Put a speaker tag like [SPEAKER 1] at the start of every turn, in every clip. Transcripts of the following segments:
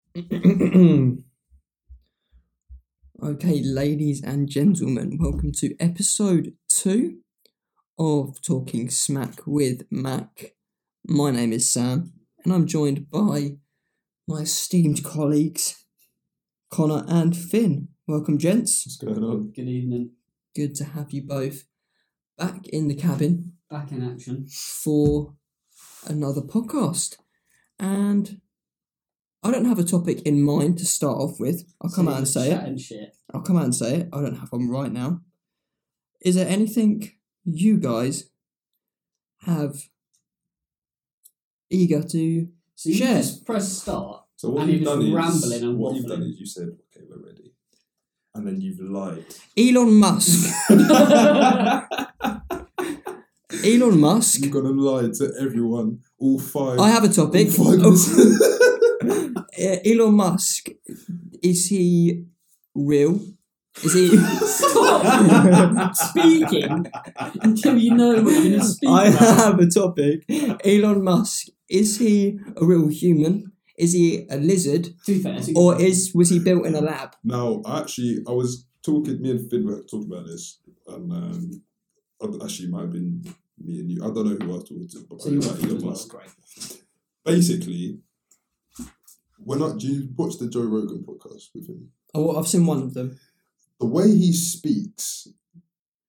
[SPEAKER 1] okay, ladies and gentlemen, welcome to episode two of Talking Smack with Mac. My name is Sam, and I'm joined by my esteemed colleagues, Connor and Finn. Welcome, gents.
[SPEAKER 2] What's going on?
[SPEAKER 3] Good evening.
[SPEAKER 1] Good to have you both back in the cabin
[SPEAKER 3] Back in action.
[SPEAKER 1] for another podcast. And I don't have a topic in mind to start off with. I'll come out and say
[SPEAKER 3] Chat
[SPEAKER 1] it.
[SPEAKER 3] and shit.
[SPEAKER 1] I'll come out and say it. I don't have one right now. Is there anything you guys have eager to?
[SPEAKER 3] So you
[SPEAKER 1] Share.
[SPEAKER 3] just press start.
[SPEAKER 2] So what
[SPEAKER 3] And
[SPEAKER 2] you've
[SPEAKER 3] he was
[SPEAKER 2] done is
[SPEAKER 3] rambling and
[SPEAKER 2] what you've
[SPEAKER 3] waffling.
[SPEAKER 2] done is you said, okay, we're ready, and then you've lied.
[SPEAKER 1] Elon Musk. Elon Musk.
[SPEAKER 2] You're gonna lie to everyone. All five.
[SPEAKER 1] I have a topic.
[SPEAKER 2] all five listeners.
[SPEAKER 1] Uh, Elon Musk. Is he real? Is he?
[SPEAKER 3] Stop speaking until you know what you're going to speak
[SPEAKER 1] I
[SPEAKER 3] about.
[SPEAKER 1] have a topic. Elon Musk is he a real human? Is he a lizard,
[SPEAKER 3] To be fair, it's a good
[SPEAKER 1] or
[SPEAKER 3] question.
[SPEAKER 1] is was he built in a lab?
[SPEAKER 2] now, actually, I was talking. Me and Finn were talking about this, and um, I- actually, it might have been me and you. I don't know who I was talking to, but
[SPEAKER 3] So
[SPEAKER 2] I
[SPEAKER 3] you
[SPEAKER 2] was like Elon Musk. Basically, when I do you watch the Joe Rogan podcast with him?
[SPEAKER 1] Oh, I've seen one of them.
[SPEAKER 2] the way he speaks,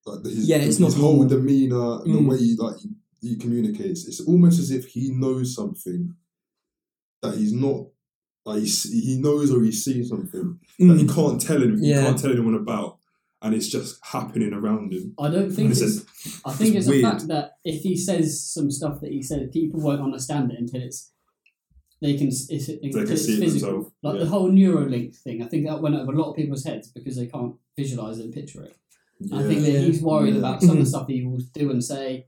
[SPEAKER 2] like the- his,
[SPEAKER 1] Yeah, it's
[SPEAKER 2] his
[SPEAKER 1] not
[SPEAKER 2] whole
[SPEAKER 1] normal.
[SPEAKER 2] demeanor, and the
[SPEAKER 1] Mm.
[SPEAKER 2] way he like he, he communicates, it's almost as if he knows something that he's not. Like he, s- he knows or he sees something that he
[SPEAKER 1] Mm.
[SPEAKER 2] can't tell him.
[SPEAKER 1] Yeah.
[SPEAKER 2] He can't tell anyone about, and it's just happening around him.
[SPEAKER 3] I don't
[SPEAKER 2] And
[SPEAKER 3] think
[SPEAKER 2] it's
[SPEAKER 3] it's. I think it's,
[SPEAKER 2] it's weird.
[SPEAKER 3] a fact that if he says some stuff that he said, people won't understand it until it's. They can. s- It's, it,
[SPEAKER 2] They
[SPEAKER 3] until
[SPEAKER 2] can
[SPEAKER 3] it's
[SPEAKER 2] see it
[SPEAKER 3] physical.
[SPEAKER 2] themselves.
[SPEAKER 3] Like
[SPEAKER 2] yeah.
[SPEAKER 3] the whole Neuralink thing, I think that went over a lot of people's heads because they can't visualize and picture it. I
[SPEAKER 2] Yeah.
[SPEAKER 3] think that he's worried
[SPEAKER 2] Yeah.
[SPEAKER 3] about
[SPEAKER 1] Mm-hmm.
[SPEAKER 3] some of the stuff he will do and say.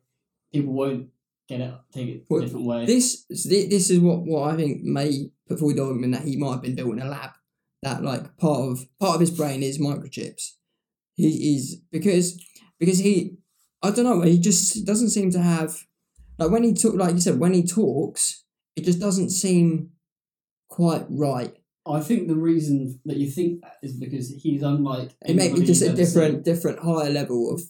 [SPEAKER 3] People won't get it, take it a
[SPEAKER 1] Well,
[SPEAKER 3] different way.
[SPEAKER 1] This thi- this is what, what I think may put forward the argument that he might have been built in a lab. That like part of part of his brain is microchips. He is because because he I don't know he just doesn't seem to have like when he talk like you said when he talks it just doesn't seem quite right.
[SPEAKER 3] I think the reason that you think that is because he's unlike.
[SPEAKER 1] it may
[SPEAKER 3] anybody
[SPEAKER 1] be just
[SPEAKER 3] you've
[SPEAKER 1] a
[SPEAKER 3] ever seen.
[SPEAKER 1] different different higher level of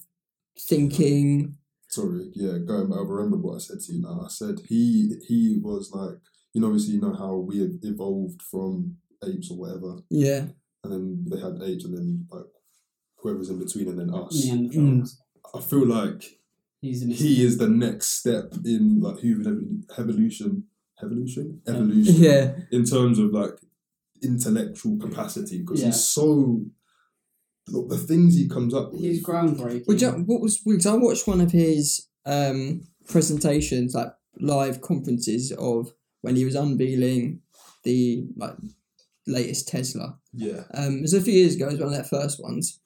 [SPEAKER 1] thinking
[SPEAKER 2] Sorry, yeah, going back, I remember what I said to you now. I said he he was like, you know, obviously you know how we had evolved from apes or whatever.
[SPEAKER 1] yeah
[SPEAKER 2] and then they had eight, and then like whoever's in between, and then us.
[SPEAKER 1] Mm.
[SPEAKER 3] Neanderthals.
[SPEAKER 2] I feel like
[SPEAKER 3] He's a mistake.
[SPEAKER 2] he is the next step in like human ev- evolution, evolution,
[SPEAKER 3] Yeah.
[SPEAKER 2] evolution,
[SPEAKER 1] yeah
[SPEAKER 2] in terms of like intellectual capacity, because
[SPEAKER 3] Yeah.
[SPEAKER 2] he's so look, the things he comes up with.
[SPEAKER 3] He's groundbreaking.
[SPEAKER 1] Well, do you know what was because i watched one of his um presentations like live conferences of when he was unveiling the like latest tesla
[SPEAKER 2] yeah,
[SPEAKER 1] um it was a few years ago it was one of their first ones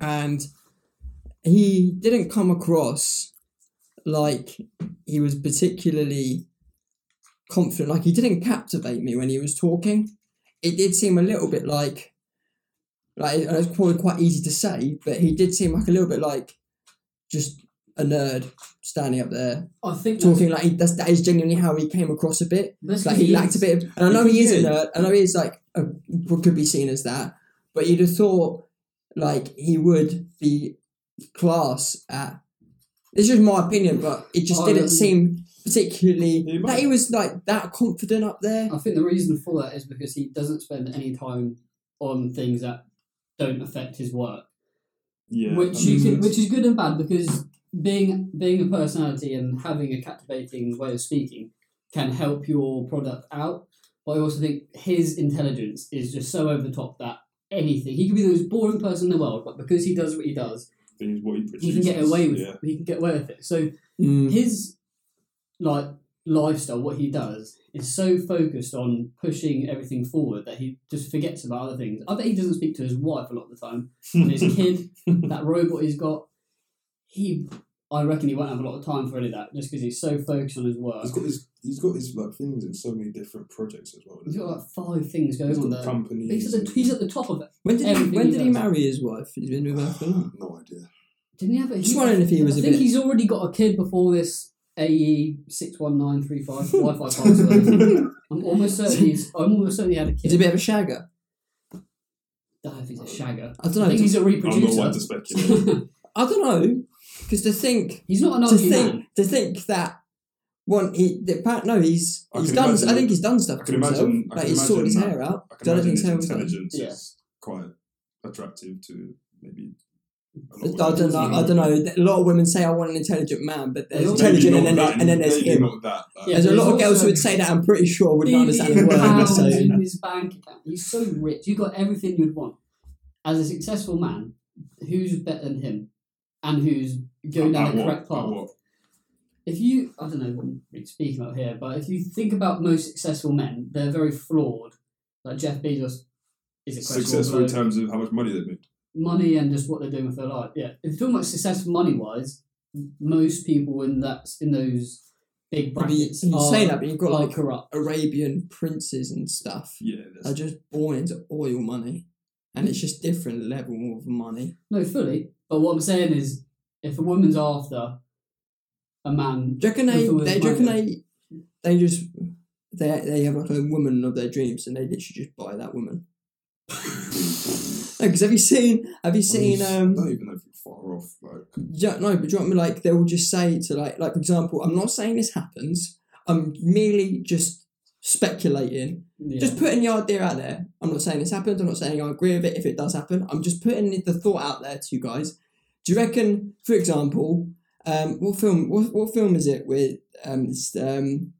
[SPEAKER 1] and he didn't come across like he was particularly confident. Like he didn't captivate me when he was talking. It did seem a little bit like, like and it's probably quite easy to say, but he did seem like a little bit like just a nerd standing up there
[SPEAKER 3] I think that's-
[SPEAKER 1] talking. Like he, that's that is genuinely how he came across a bit.
[SPEAKER 3] that's
[SPEAKER 1] Like
[SPEAKER 3] what
[SPEAKER 1] he lacked a
[SPEAKER 3] is.
[SPEAKER 1] bit of, and I know
[SPEAKER 3] He
[SPEAKER 1] he is a
[SPEAKER 3] did.
[SPEAKER 1] nerd. I know he is like a, what could be seen as that, but you'd have thought like he would be class at. This is my opinion, but it just
[SPEAKER 3] Oh,
[SPEAKER 1] didn't
[SPEAKER 3] yeah.
[SPEAKER 1] seem particularly
[SPEAKER 2] He
[SPEAKER 1] that
[SPEAKER 2] might-
[SPEAKER 1] he was like that confident up there.
[SPEAKER 3] I think the reason for that is because he doesn't spend any time on things that don't affect his work,
[SPEAKER 2] yeah,
[SPEAKER 3] which
[SPEAKER 2] that
[SPEAKER 3] you
[SPEAKER 2] makes
[SPEAKER 3] can,
[SPEAKER 2] sense.
[SPEAKER 3] which is good and bad because being being a personality and having a captivating way of speaking can help your product out. But I also think his intelligence is just so over the top that anything he could be the most boring person in the world, but because he does what he does,
[SPEAKER 2] Things what he
[SPEAKER 3] he can get away with
[SPEAKER 2] produces,
[SPEAKER 3] he can get away with it. So
[SPEAKER 1] Mm.
[SPEAKER 3] his like lifestyle, what he does, is so focused on pushing everything forward that he just forgets about other things. I bet he doesn't speak to his wife a lot of the time. And his kid, that robot he's got, he, I reckon he won't have a lot of time for any of that just because he's so focused on his work.
[SPEAKER 2] He's got his he's got his like things in so many different projects as well.
[SPEAKER 3] He's
[SPEAKER 2] doesn't
[SPEAKER 3] got like five things
[SPEAKER 2] he?
[SPEAKER 3] going
[SPEAKER 2] He's
[SPEAKER 3] on
[SPEAKER 2] got
[SPEAKER 3] there. He's
[SPEAKER 2] companies.
[SPEAKER 3] at, the, he's at the top of it.
[SPEAKER 1] When did he,
[SPEAKER 3] Everything
[SPEAKER 1] when
[SPEAKER 3] he
[SPEAKER 1] did he
[SPEAKER 3] does.
[SPEAKER 1] marry his wife? He's been with her for long.
[SPEAKER 2] no idea.
[SPEAKER 3] Didn't he have a
[SPEAKER 1] Just wondering if he was
[SPEAKER 3] I
[SPEAKER 1] a
[SPEAKER 3] think
[SPEAKER 1] bit-
[SPEAKER 3] he's already got a kid before this AE six one nine three five Wi-Fi password. I'm almost certain he's. I'm almost certain he had a
[SPEAKER 1] He's a
[SPEAKER 3] kid.
[SPEAKER 1] bit of a shagger.
[SPEAKER 3] I don't know if he's a shagger.
[SPEAKER 1] I don't
[SPEAKER 3] I
[SPEAKER 1] know.
[SPEAKER 3] think he's a
[SPEAKER 2] I'm not one
[SPEAKER 3] reproducer.
[SPEAKER 2] to speculate.
[SPEAKER 1] I don't know because to think
[SPEAKER 3] He's not an
[SPEAKER 1] to
[SPEAKER 3] ugly man.
[SPEAKER 1] think to think that one he that Pat no he's
[SPEAKER 2] I
[SPEAKER 1] he's
[SPEAKER 2] can
[SPEAKER 1] done
[SPEAKER 2] imagine-
[SPEAKER 1] I think he's done stuff
[SPEAKER 2] I
[SPEAKER 1] to
[SPEAKER 2] can
[SPEAKER 1] himself.
[SPEAKER 2] imagine. I
[SPEAKER 1] like
[SPEAKER 2] can
[SPEAKER 1] he's sorted his
[SPEAKER 2] imagine
[SPEAKER 1] hair out.
[SPEAKER 2] I can
[SPEAKER 1] Jonathan
[SPEAKER 2] imagine his
[SPEAKER 1] Taylor's done.
[SPEAKER 2] intelligence
[SPEAKER 3] Yeah.
[SPEAKER 2] is quite attractive to maybe. a
[SPEAKER 1] I
[SPEAKER 2] lot of
[SPEAKER 1] don't know.
[SPEAKER 2] women.
[SPEAKER 1] I don't know. A lot of women say I want an intelligent man, but there's
[SPEAKER 3] Maybe
[SPEAKER 1] intelligent and
[SPEAKER 2] not
[SPEAKER 1] then there's,
[SPEAKER 2] that,
[SPEAKER 1] and then there's
[SPEAKER 2] maybe
[SPEAKER 1] him.
[SPEAKER 2] Not that. uh, like,
[SPEAKER 3] Yeah,
[SPEAKER 1] There's a
[SPEAKER 3] but
[SPEAKER 1] lot of
[SPEAKER 3] he's
[SPEAKER 1] girls who
[SPEAKER 3] also-
[SPEAKER 1] would say that. I'm pretty sure would not understand the
[SPEAKER 3] Billion
[SPEAKER 1] word.
[SPEAKER 3] pounds
[SPEAKER 1] So
[SPEAKER 3] in his bank account. He's so rich. You've got everything you'd want. As a successful man, who's better than him, and who's going
[SPEAKER 2] at
[SPEAKER 3] down the
[SPEAKER 2] what-
[SPEAKER 3] correct
[SPEAKER 2] at
[SPEAKER 3] path?
[SPEAKER 2] what-
[SPEAKER 3] If you, I don't know what we're speaking about here, but if you think about most successful men, they're very flawed. Like Jeff Bezos is a
[SPEAKER 2] Successful
[SPEAKER 3] questionable
[SPEAKER 2] in
[SPEAKER 3] bloke.
[SPEAKER 2] terms of how much money they make.
[SPEAKER 3] money and just what they're doing with their life. Yeah, if you're talking about successful money wise, most people in that in those big
[SPEAKER 1] I mean, you
[SPEAKER 3] brackets are,
[SPEAKER 1] say that, but you've got
[SPEAKER 3] are
[SPEAKER 1] like
[SPEAKER 3] corrupt.
[SPEAKER 1] Arabian princes and stuff
[SPEAKER 2] Yeah,
[SPEAKER 1] are
[SPEAKER 2] that's,
[SPEAKER 1] just born into oil money, and it's just different level of money.
[SPEAKER 3] No, fully. But what I'm saying is, if a woman's after a man,
[SPEAKER 1] Do you reckon
[SPEAKER 3] With
[SPEAKER 1] they,
[SPEAKER 3] all
[SPEAKER 1] they,
[SPEAKER 3] this
[SPEAKER 1] do you reckon
[SPEAKER 3] money.
[SPEAKER 1] they, they just they they have like a woman of their dreams and they literally just buy that woman? Because have you seen have you seen
[SPEAKER 2] I
[SPEAKER 1] um
[SPEAKER 2] don't even know if you're far off. Like,
[SPEAKER 1] Yeah, no, but do you know what I mean? Like they will just say to like like for example, I'm not saying this happens. I'm merely just speculating.
[SPEAKER 3] yeah.
[SPEAKER 1] Just putting the idea out there. I'm not saying this happens, I'm not saying I agree with it if it does happen. I'm just putting the thought out there to you guys. Do you reckon, for example, um what film what, what film is it with um it's um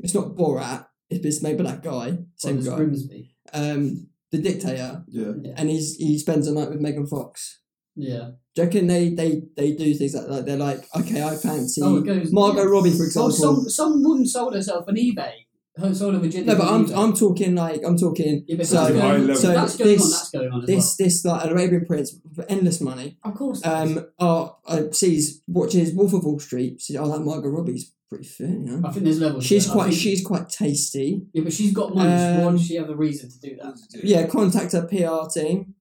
[SPEAKER 1] it's not Borat, it's it's made by that guy,
[SPEAKER 3] Well,
[SPEAKER 1] same
[SPEAKER 3] there's
[SPEAKER 1] guy.
[SPEAKER 3] Grimsby.
[SPEAKER 1] Um the dictator
[SPEAKER 2] yeah.
[SPEAKER 3] Yeah.
[SPEAKER 1] and he's he spends the night with Megan Fox.
[SPEAKER 3] yeah.
[SPEAKER 1] Do you reckon they, they, they do things like, like they're like, okay, I fancy
[SPEAKER 3] Oh, it goes.
[SPEAKER 1] Margot Robbie, for
[SPEAKER 3] Oh,
[SPEAKER 1] example.
[SPEAKER 3] some, some woman sold herself on eBay. Her sold her virginity.
[SPEAKER 1] no, but
[SPEAKER 3] on
[SPEAKER 1] I'm,
[SPEAKER 3] eBay.
[SPEAKER 1] I'm talking like I'm talking
[SPEAKER 3] Yeah, but
[SPEAKER 1] so-
[SPEAKER 3] that's going
[SPEAKER 2] High
[SPEAKER 3] on.
[SPEAKER 2] level.
[SPEAKER 1] so
[SPEAKER 3] that's going on.
[SPEAKER 1] this-
[SPEAKER 3] That's going on as
[SPEAKER 1] this this like Arabian Prince for endless money.
[SPEAKER 3] well. Of course.
[SPEAKER 1] Um, uh, uh, sees watches Wolf of Wall Street. Sees, oh, that Margot Robbie's pretty thin. You know?
[SPEAKER 3] I think there's levels. to
[SPEAKER 1] She's
[SPEAKER 3] it. Oh, I
[SPEAKER 1] quite
[SPEAKER 3] think-
[SPEAKER 1] she's quite tasty.
[SPEAKER 3] Yeah, but she's got money. so why
[SPEAKER 1] Um,
[SPEAKER 3] does she have a reason to do that?
[SPEAKER 1] Yeah, contact her PR team.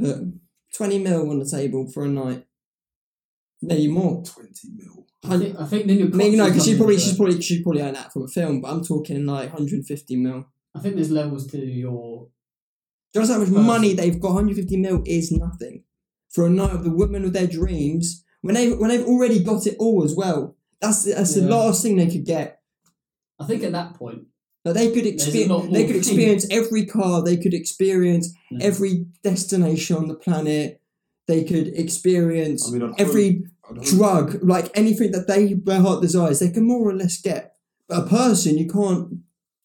[SPEAKER 1] Put twenty mil on the table for a night. Maybe more.
[SPEAKER 2] Twenty mil.
[SPEAKER 3] I think, I think then you're.
[SPEAKER 1] I mean, no, because she probably she's probably she probably earned that from a film, but I'm talking like 150 mil.
[SPEAKER 3] I think there's levels to your.
[SPEAKER 1] Do you understand how much
[SPEAKER 3] Person.
[SPEAKER 1] money they've got? 150 mil is nothing for a night of the woman of their dreams when they when they've already got it all as well. That's that's the
[SPEAKER 3] Yeah.
[SPEAKER 1] last thing they could get.
[SPEAKER 3] I think at that point,
[SPEAKER 1] Like they could
[SPEAKER 3] There's a
[SPEAKER 1] experience
[SPEAKER 3] lot
[SPEAKER 1] they could
[SPEAKER 3] more things. Mm.
[SPEAKER 1] experience every car, they could experience
[SPEAKER 3] no.
[SPEAKER 1] every destination on the planet, they could experience
[SPEAKER 2] I mean, I'd hope-
[SPEAKER 1] every
[SPEAKER 2] I'd hope-
[SPEAKER 1] drug, like anything that they their heart desires, they can more or less get. But a person, you can't.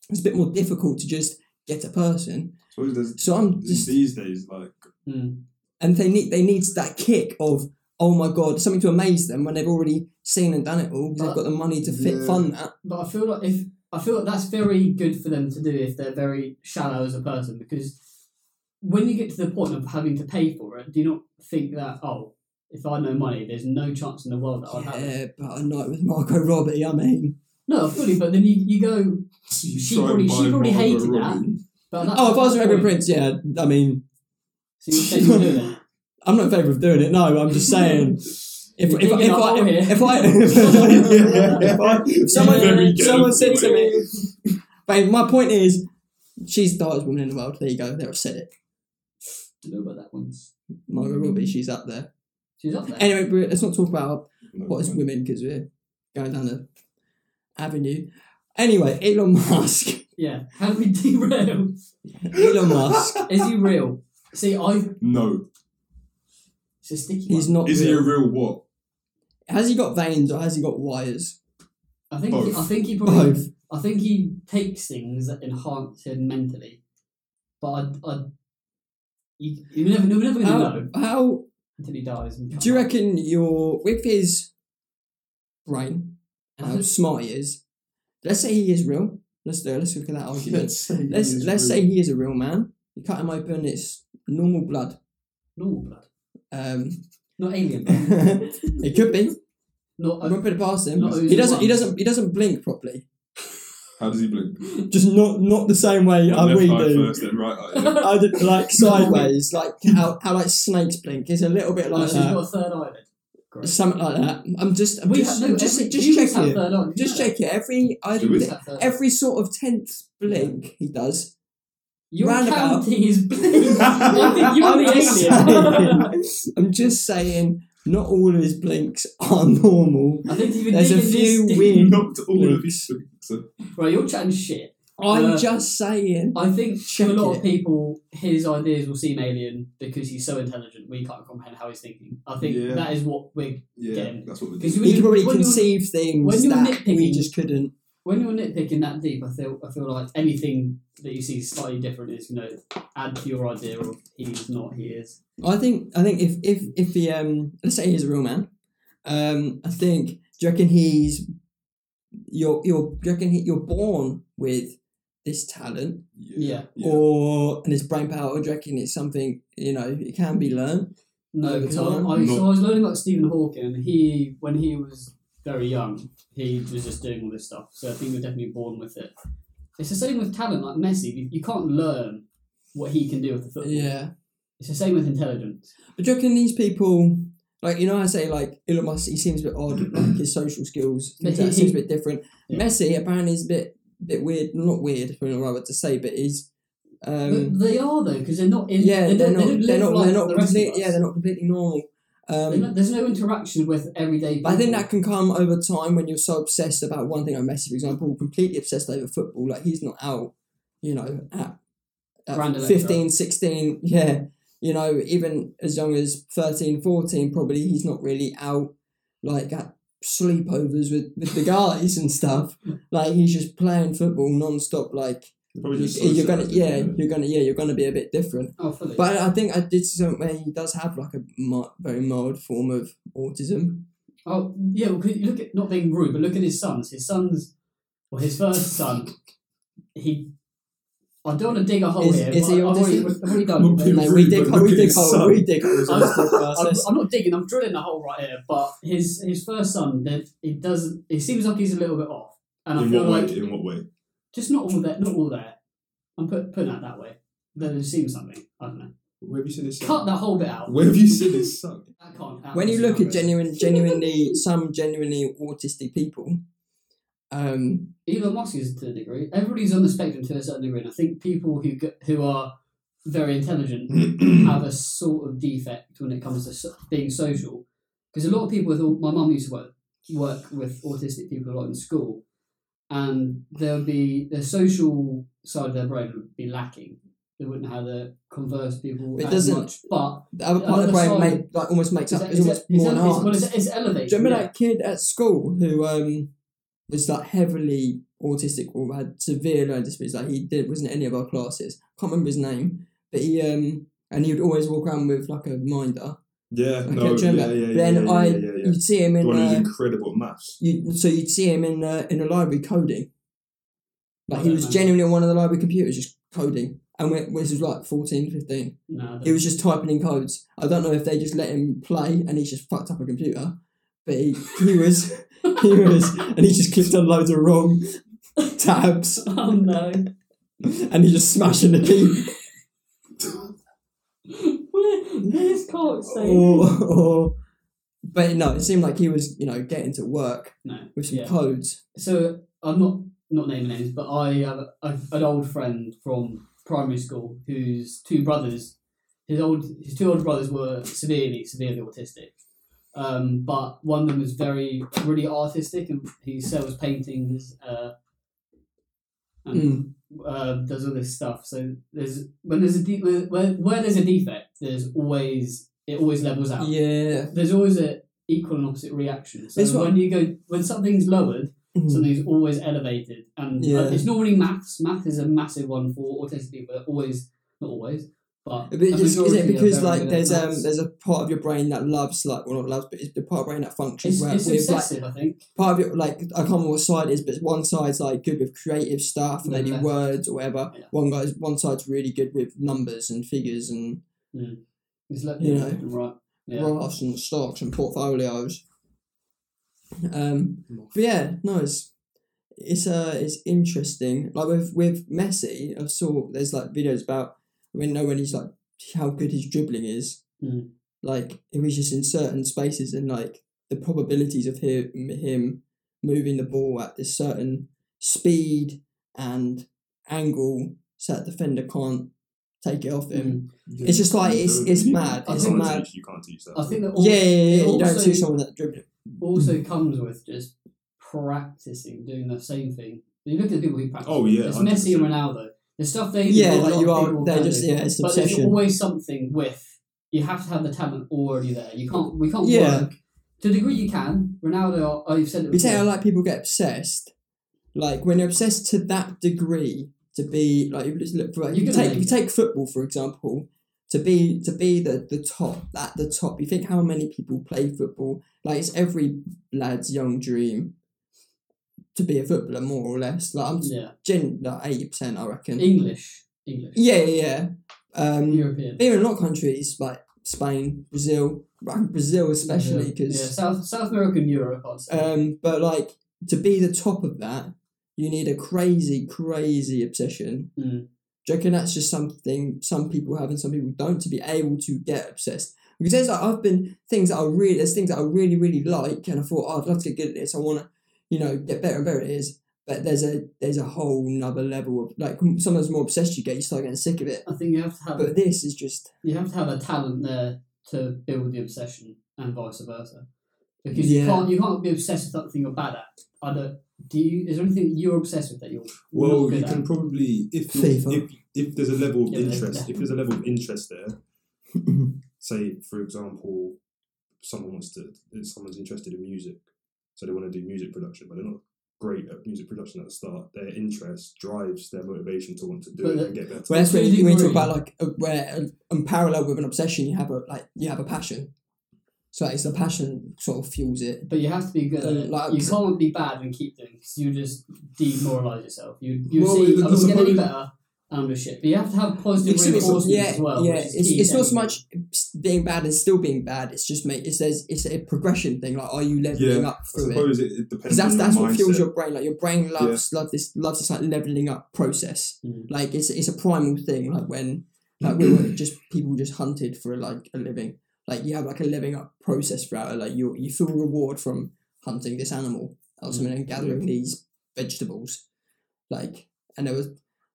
[SPEAKER 1] It's a bit more difficult to just get a person.
[SPEAKER 2] Suppose there's
[SPEAKER 1] So I'm just
[SPEAKER 2] these days, like
[SPEAKER 1] Hmm.
[SPEAKER 3] Mm.
[SPEAKER 1] and they need they need that kick of oh my god something to amaze them when they've already seen and done it all 'cause they've got the money to fit
[SPEAKER 4] Yeah.
[SPEAKER 1] fund that
[SPEAKER 3] But I feel like if I feel like that's very good for them to do if they're very shallow as a person because when you get to the point of having to pay for it, do you not think that oh, if I had no money, there's no chance in the world that I'll have it.
[SPEAKER 1] yeah but a night with Margot Robbie I mean
[SPEAKER 3] No, fully. But then you, you go.
[SPEAKER 2] you
[SPEAKER 3] She
[SPEAKER 2] try and
[SPEAKER 3] probably-
[SPEAKER 2] buy
[SPEAKER 3] she probably
[SPEAKER 2] Margot
[SPEAKER 3] hated
[SPEAKER 2] Robbie.
[SPEAKER 3] But that,
[SPEAKER 1] oh if I was Reverend Prince yeah I mean
[SPEAKER 3] so you're saying you do it.
[SPEAKER 1] I'm not in favour of doing it no I'm just saying if, if,
[SPEAKER 3] You're
[SPEAKER 1] if,
[SPEAKER 3] digging a
[SPEAKER 1] I,
[SPEAKER 3] hole
[SPEAKER 1] if,
[SPEAKER 3] here.
[SPEAKER 1] I if I if someone,
[SPEAKER 2] Very good.
[SPEAKER 1] someone said to me but my point is she's the hottest woman in the world there you go there I said it
[SPEAKER 3] Don't know about that one.
[SPEAKER 1] Margot Robbie she's up there
[SPEAKER 3] She's up there.
[SPEAKER 1] anyway we- let's not talk about her
[SPEAKER 2] No,
[SPEAKER 1] what is
[SPEAKER 2] no.
[SPEAKER 1] women because we're going down the avenue. Anyway, Elon Musk.
[SPEAKER 3] yeah. How do we derail?
[SPEAKER 1] Elon Musk.
[SPEAKER 3] Is he real? See, I.
[SPEAKER 2] No,
[SPEAKER 3] It's a sticky
[SPEAKER 1] He's
[SPEAKER 3] one.
[SPEAKER 1] not.
[SPEAKER 2] is
[SPEAKER 1] real.
[SPEAKER 2] he a real what?
[SPEAKER 1] Has he got veins or has he got wires?
[SPEAKER 3] I think. He,
[SPEAKER 2] Both.
[SPEAKER 3] I think he probably.
[SPEAKER 1] Both.
[SPEAKER 3] I think he takes things that enhance him mentally, but I, I you, you're never, you're never gonna
[SPEAKER 1] How,
[SPEAKER 3] know
[SPEAKER 1] how
[SPEAKER 3] until he dies. and comes
[SPEAKER 1] do you
[SPEAKER 3] back.
[SPEAKER 1] reckon your with his brain and
[SPEAKER 3] Mm-hmm.
[SPEAKER 1] how smart he is? Let's say he is real. Let's do. Let's look at that argument.
[SPEAKER 4] say
[SPEAKER 1] Let's let's say he is a real man. You cut him open. It's normal blood.
[SPEAKER 3] normal blood,
[SPEAKER 1] Um,
[SPEAKER 3] not alien, blood.
[SPEAKER 1] it could be.
[SPEAKER 3] not
[SPEAKER 1] I won't put it past him.
[SPEAKER 3] Not
[SPEAKER 1] He doesn't. He
[SPEAKER 3] one.
[SPEAKER 1] doesn't. He doesn't blink properly.
[SPEAKER 2] How does he blink?
[SPEAKER 1] Just not not the same way
[SPEAKER 2] One
[SPEAKER 1] I
[SPEAKER 2] left
[SPEAKER 1] we
[SPEAKER 2] eye
[SPEAKER 1] do.
[SPEAKER 2] first, then right eye. yeah.
[SPEAKER 1] I did like sideways, like how, how like snakes blink. It's a little bit
[SPEAKER 3] like
[SPEAKER 1] like
[SPEAKER 3] she's got
[SPEAKER 1] that.
[SPEAKER 3] a third eyelid. Great.
[SPEAKER 1] something like that. I'm just, I'm
[SPEAKER 3] We
[SPEAKER 1] just,
[SPEAKER 3] have-
[SPEAKER 1] I'm
[SPEAKER 3] no,
[SPEAKER 1] just,
[SPEAKER 3] every-
[SPEAKER 1] just
[SPEAKER 3] you just
[SPEAKER 1] checking
[SPEAKER 3] have
[SPEAKER 1] it.
[SPEAKER 3] third on, you
[SPEAKER 1] Just
[SPEAKER 3] know.
[SPEAKER 1] check it. Every I
[SPEAKER 4] Do we?
[SPEAKER 1] think
[SPEAKER 3] have third on.
[SPEAKER 1] every sort of tenth blink he does.
[SPEAKER 3] Your
[SPEAKER 1] roundabout.
[SPEAKER 3] county is bleeding. I think you're
[SPEAKER 1] I'm, just
[SPEAKER 3] the alien.
[SPEAKER 1] saying, I'm just saying, not all of his blinks are normal.
[SPEAKER 3] I think even
[SPEAKER 1] There's a
[SPEAKER 3] digging this
[SPEAKER 1] few
[SPEAKER 3] deep-
[SPEAKER 1] weird.
[SPEAKER 2] Not all of his things.
[SPEAKER 3] Right, you're chatting shit.
[SPEAKER 1] I'm
[SPEAKER 3] Uh,
[SPEAKER 1] just saying.
[SPEAKER 3] I think
[SPEAKER 1] Check
[SPEAKER 3] to a lot
[SPEAKER 1] it.
[SPEAKER 3] of people, his ideas will seem alien because he's so intelligent. We can't comprehend how he's thinking. I think
[SPEAKER 2] Yeah.
[SPEAKER 3] that is what we're
[SPEAKER 2] Yeah,
[SPEAKER 3] Again.
[SPEAKER 2] that's what we
[SPEAKER 3] because
[SPEAKER 2] do.
[SPEAKER 3] when
[SPEAKER 1] He
[SPEAKER 3] you
[SPEAKER 1] could probably
[SPEAKER 3] when you're-
[SPEAKER 1] conceive
[SPEAKER 3] when
[SPEAKER 1] things
[SPEAKER 3] you're
[SPEAKER 1] that we
[SPEAKER 3] nitpicking-
[SPEAKER 1] just couldn't.
[SPEAKER 3] when you're nitpicking that deep, I feel I feel like anything that you see slightly different is you know add to your idea of he's not he is.
[SPEAKER 1] I think. I think if if if the um, let's say he's a real man. Um, I think. Do you reckon he's? You're you're. Do you reckon he, you're born with this talent?
[SPEAKER 3] Yeah.
[SPEAKER 1] or and it's brain power. Or do you reckon it's something you know it can be learned?
[SPEAKER 3] No,
[SPEAKER 1] Over
[SPEAKER 3] because I,
[SPEAKER 1] time?
[SPEAKER 3] I, so
[SPEAKER 2] No.
[SPEAKER 3] I was learning about Stephen Hawking. and He when he was very young, he was just doing all this stuff. So I think you're definitely born with it. It's the same with talent, like Messi. You, you can't learn what he can do with the football.
[SPEAKER 1] Yeah,
[SPEAKER 3] It's the same with intelligence.
[SPEAKER 1] but do you reckon these people like you know I say like Elon Musk he seems a bit odd like his social skills
[SPEAKER 3] But he-
[SPEAKER 1] that
[SPEAKER 3] he-
[SPEAKER 1] seems a bit different.
[SPEAKER 3] Yeah.
[SPEAKER 1] Messi apparently is a bit bit weird, not weird, probably not the right word to say, but he's um,
[SPEAKER 3] but they are though, because they're not. In,
[SPEAKER 1] yeah
[SPEAKER 3] they
[SPEAKER 1] they're
[SPEAKER 3] don't,
[SPEAKER 1] not
[SPEAKER 3] They don't
[SPEAKER 1] they're
[SPEAKER 3] live
[SPEAKER 1] not
[SPEAKER 3] like
[SPEAKER 1] they're not
[SPEAKER 3] the rest of
[SPEAKER 1] complete,
[SPEAKER 3] us.
[SPEAKER 1] yeah they're not completely normal.
[SPEAKER 3] They're
[SPEAKER 1] Um,
[SPEAKER 3] not- There's no interaction with everyday.
[SPEAKER 1] but I think
[SPEAKER 3] people.
[SPEAKER 1] that can come over time when you're so obsessed about one thing. Like Messi, for example, completely obsessed over football. Like he's not out, you know, at,
[SPEAKER 3] Grand
[SPEAKER 1] at
[SPEAKER 3] Electra.
[SPEAKER 1] 15, 16. Yeah. You know, even as young as 13, 14, probably he's not really out like at sleepovers with, with the guys and stuff. Like he's just playing football non-stop. Like
[SPEAKER 2] Probably
[SPEAKER 1] you,
[SPEAKER 2] just
[SPEAKER 1] you're gonna,
[SPEAKER 2] socialising,
[SPEAKER 1] yeah, you're gonna, yeah, you're gonna be a bit different.
[SPEAKER 3] Oh, fully.
[SPEAKER 1] But I think I did see something where he does have like a mi- very mild form of autism.
[SPEAKER 3] Oh yeah, well, 'cause you look at not being rude, but look at his sons. His sons, well, his first son, he. I don't want to dig a hole
[SPEAKER 1] Is-
[SPEAKER 3] here.
[SPEAKER 1] is
[SPEAKER 3] but
[SPEAKER 1] he
[SPEAKER 3] I've already,
[SPEAKER 1] autistic?
[SPEAKER 3] I've already
[SPEAKER 2] Not
[SPEAKER 3] done.
[SPEAKER 2] being
[SPEAKER 1] No, we
[SPEAKER 2] rude,
[SPEAKER 1] dig
[SPEAKER 2] but
[SPEAKER 1] holes, we
[SPEAKER 2] look at
[SPEAKER 1] dig
[SPEAKER 2] his
[SPEAKER 1] holes,
[SPEAKER 2] son.
[SPEAKER 1] we dig holes on this podcast.
[SPEAKER 3] I'm,
[SPEAKER 1] Let's-
[SPEAKER 3] I'm not digging. I'm drilling a hole right here. But his his first son, that he does. It seems like he's a little bit off, and I
[SPEAKER 2] In
[SPEAKER 3] feel
[SPEAKER 2] what way?
[SPEAKER 3] like
[SPEAKER 2] In what way?
[SPEAKER 3] just not all there. Not all there. I'm put, putting that that way. Then it seems something. I don't know.
[SPEAKER 2] Where have you seen this?
[SPEAKER 3] Cut that whole bit out.
[SPEAKER 2] Where have you seen this son?
[SPEAKER 3] That can't. That
[SPEAKER 1] when you
[SPEAKER 3] doesn't
[SPEAKER 1] look at
[SPEAKER 3] happen.
[SPEAKER 1] genuine, genuinely some genuinely autistic people, um,
[SPEAKER 3] Elon Musk is to a degree. Everybody's on the spectrum to a certain degree, and I think people who go- who are very intelligent have a sort of defect when it comes to so- being social. Because a lot of people with au- my mum used to work work with autistic people a lot in school, and there would be the social side of their brain would be lacking. They wouldn't have the converse people
[SPEAKER 1] It
[SPEAKER 3] as
[SPEAKER 1] doesn't-
[SPEAKER 3] much, but
[SPEAKER 1] the other part of the
[SPEAKER 3] Another
[SPEAKER 1] brain
[SPEAKER 3] side-
[SPEAKER 1] make, like almost makes
[SPEAKER 3] it's,
[SPEAKER 1] up is
[SPEAKER 3] it's,
[SPEAKER 1] almost more
[SPEAKER 3] it's-
[SPEAKER 1] an
[SPEAKER 3] it's-
[SPEAKER 1] art.
[SPEAKER 3] well,
[SPEAKER 1] Do
[SPEAKER 3] it's, it's elevated.
[SPEAKER 1] you remember
[SPEAKER 3] yeah.
[SPEAKER 1] that kid at school who um, was like heavily autistic or had severe learning disabilities? Like he did wasn't in any of our classes. Can't remember his name, but he um, and he would always walk around with like a minder.
[SPEAKER 2] Yeah,
[SPEAKER 1] I
[SPEAKER 2] no,
[SPEAKER 1] can't
[SPEAKER 2] yeah, yeah,
[SPEAKER 1] remember.
[SPEAKER 2] yeah,
[SPEAKER 1] then
[SPEAKER 2] yeah,
[SPEAKER 1] I
[SPEAKER 2] yeah, yeah, yeah.
[SPEAKER 1] you'd see him
[SPEAKER 2] The
[SPEAKER 1] in
[SPEAKER 2] one who's
[SPEAKER 1] uh,
[SPEAKER 2] incredible at maths.
[SPEAKER 1] you so you'd see him in uh, in a library coding. Like
[SPEAKER 3] I
[SPEAKER 1] he
[SPEAKER 3] don't
[SPEAKER 1] was
[SPEAKER 3] know.
[SPEAKER 1] genuinely on one of the library computers just coding. And we this was like 14, 15.
[SPEAKER 3] No,
[SPEAKER 1] He was just typing in codes. I don't know if they just let him play and he's just fucked up a computer. But he, he was he was and he just clicked on loads of wrong tabs
[SPEAKER 3] oh no.
[SPEAKER 1] and he just smashing the key
[SPEAKER 3] Where, where's Cox saying?
[SPEAKER 1] or, or but no, it seemed like he was, you know, getting to work
[SPEAKER 3] No.
[SPEAKER 1] with some
[SPEAKER 3] Yeah.
[SPEAKER 1] codes.
[SPEAKER 3] So I'm not not naming names, but I have a, an old friend from primary school whose two brothers, his old his two older brothers were severely severely autistic. Um, but one of them was very really artistic, and he sells paintings. Uh, and
[SPEAKER 1] Mm.
[SPEAKER 3] uh, does all this stuff. So there's when there's a de- where, where where there's a defect, there's always it always levels out.
[SPEAKER 1] Yeah.
[SPEAKER 3] There's always a equal and opposite reaction. So
[SPEAKER 1] This one-
[SPEAKER 3] when you go when something's lowered,
[SPEAKER 1] Mm.
[SPEAKER 3] something is always elevated. And uh,
[SPEAKER 1] Yeah.
[SPEAKER 3] it's normally maths. Math is a massive one for autistic people. They're always, not always, but.
[SPEAKER 1] But
[SPEAKER 3] a
[SPEAKER 1] is, is
[SPEAKER 3] majority
[SPEAKER 1] it
[SPEAKER 3] are
[SPEAKER 1] because
[SPEAKER 3] very
[SPEAKER 1] like
[SPEAKER 3] good at
[SPEAKER 1] there's um
[SPEAKER 3] maths.
[SPEAKER 1] there's a part of your brain that loves like well not loves but it's the part of brain that functions
[SPEAKER 3] It's,
[SPEAKER 1] where
[SPEAKER 3] it's
[SPEAKER 1] with, like
[SPEAKER 3] obsessive, I think.
[SPEAKER 1] part of your like I can't remember what side it is but one side's like good with creative stuff and
[SPEAKER 3] The
[SPEAKER 1] maybe
[SPEAKER 3] left.
[SPEAKER 1] words or whatever
[SPEAKER 3] Yeah.
[SPEAKER 1] one guy's one side's really good with numbers and figures and
[SPEAKER 3] It's like,
[SPEAKER 1] you know.
[SPEAKER 3] left and right. Yeah.
[SPEAKER 1] graphs and stocks and portfolios. Um, but yeah, no, it's it's uh it's interesting. Like with with Messi, I saw there's like videos about I mean know when he's like how good his dribbling is.
[SPEAKER 3] Mm.
[SPEAKER 1] like it was just in certain spaces and like the probabilities of him him moving the ball at this certain speed and angle so that defender can't take it
[SPEAKER 3] Hmm.
[SPEAKER 1] off
[SPEAKER 3] Mm.
[SPEAKER 1] him. It's just like it's it's mad.
[SPEAKER 2] You
[SPEAKER 1] It's
[SPEAKER 2] can't
[SPEAKER 1] mad.
[SPEAKER 2] Teach, you can't teach that.
[SPEAKER 3] I think that
[SPEAKER 1] Yeah, yeah, yeah, yeah.
[SPEAKER 3] it
[SPEAKER 1] You don't
[SPEAKER 3] also-
[SPEAKER 1] see someone that dribbling.
[SPEAKER 3] also comes with just practicing doing the same thing. You look at the people who practice.
[SPEAKER 2] Oh, yeah,
[SPEAKER 3] it's Messi and
[SPEAKER 2] 100%.
[SPEAKER 3] Ronaldo. The stuff they do,
[SPEAKER 1] Yeah,
[SPEAKER 3] a lot
[SPEAKER 1] like you
[SPEAKER 3] of
[SPEAKER 1] are.
[SPEAKER 3] people
[SPEAKER 1] They're
[SPEAKER 3] can
[SPEAKER 1] just
[SPEAKER 3] do.
[SPEAKER 1] yeah. It's
[SPEAKER 3] but there's
[SPEAKER 1] obsession.
[SPEAKER 3] always something with. You have to have the talent already there. You can't. We can't
[SPEAKER 1] Yeah.
[SPEAKER 3] work to the degree you can. Ronaldo, I've said it.
[SPEAKER 1] You say how
[SPEAKER 3] before.
[SPEAKER 1] like people get obsessed, like when you're obsessed to that degree to be like you just look for like,
[SPEAKER 3] You're
[SPEAKER 1] you
[SPEAKER 3] gonna
[SPEAKER 1] take
[SPEAKER 3] make
[SPEAKER 1] you
[SPEAKER 3] it.
[SPEAKER 1] take football for example to be to be the the top at the top. You think how many people play football? Like it's every lad's young dream to be a footballer, more or less. Like I'm
[SPEAKER 3] yeah,
[SPEAKER 1] gen like eighty percent, I reckon.
[SPEAKER 3] English, English,
[SPEAKER 1] yeah, yeah, yeah. Um,
[SPEAKER 3] European.
[SPEAKER 1] Even in a lot of countries like Spain, Brazil, Brazil especially
[SPEAKER 3] yeah.
[SPEAKER 1] because
[SPEAKER 3] yeah, South South American Europe. I'd say.
[SPEAKER 1] um, but like to be the top of that, you need a crazy, crazy obsession.
[SPEAKER 3] Mm.
[SPEAKER 1] Do you reckon that's just something some people have and some people don't to be able to get obsessed? Because there's like I've been things that I really there's things that I really really like and I thought oh, I'd love to get good at this. I want to, you know, get better and better at this. But there's a there's a whole nother level of like sometimes the more obsessed you get, you start getting sick of it.
[SPEAKER 3] I think you have to have
[SPEAKER 1] But this is just
[SPEAKER 3] you have to have a talent there to build the obsession and vice versa. Because
[SPEAKER 1] Yeah.
[SPEAKER 3] you can't you can't be obsessed with something you're bad at. I don't do you is there anything that you're obsessed with that you're not
[SPEAKER 2] Well,
[SPEAKER 3] good
[SPEAKER 2] you
[SPEAKER 3] at?
[SPEAKER 2] can probably if
[SPEAKER 1] FIFA.
[SPEAKER 2] if if there's a level of
[SPEAKER 3] Yeah, but-
[SPEAKER 2] interest, if there's a level of interest there, say for example, someone wants to, if someone's interested in music, so they want to do music production, but they're not great at music production at the start. Their interest drives their motivation to want to do
[SPEAKER 3] But
[SPEAKER 2] it
[SPEAKER 3] the-
[SPEAKER 2] and get better.
[SPEAKER 1] Well, that's where
[SPEAKER 3] To a
[SPEAKER 1] you, when you talk
[SPEAKER 3] degree.
[SPEAKER 1] about like uh, where uh, in parallel with an obsession, you have a like you have a passion. So it's the passion sort of fuels it.
[SPEAKER 3] but you have to be good at
[SPEAKER 1] Uh,
[SPEAKER 3] it.
[SPEAKER 1] like-
[SPEAKER 3] you can't be bad and keep doing because you just demoralise yourself. You you
[SPEAKER 4] Well, it-
[SPEAKER 3] see I'm not getting any
[SPEAKER 4] suppose-
[SPEAKER 3] better and I'm just shit. But you have to have
[SPEAKER 1] You
[SPEAKER 3] positive
[SPEAKER 1] see it's-
[SPEAKER 3] reinforcement
[SPEAKER 1] yeah,
[SPEAKER 3] as well.
[SPEAKER 1] yeah.
[SPEAKER 3] which is
[SPEAKER 1] It's,
[SPEAKER 3] key
[SPEAKER 1] it's
[SPEAKER 3] to
[SPEAKER 1] not so
[SPEAKER 3] anything.
[SPEAKER 1] much being bad and still being bad. It's just mate. It's there's it's a progression thing. Like are you leveling
[SPEAKER 2] Yeah,
[SPEAKER 1] up
[SPEAKER 2] I
[SPEAKER 1] through it?
[SPEAKER 2] suppose it,
[SPEAKER 1] Because
[SPEAKER 2] it depends.
[SPEAKER 1] that's
[SPEAKER 2] on
[SPEAKER 1] that's
[SPEAKER 2] your
[SPEAKER 1] what fuels
[SPEAKER 2] mindset.
[SPEAKER 1] your brain. Like your brain loves love this loves this like leveling up process.
[SPEAKER 3] Mm.
[SPEAKER 1] Like it's it's a primal thing. Like when like we were just people just hunted for like a living. Like you have like a living up process throughout. it. Like you you feel reward from hunting this animal or
[SPEAKER 3] Mm.
[SPEAKER 1] something and gathering these vegetables. Like and there was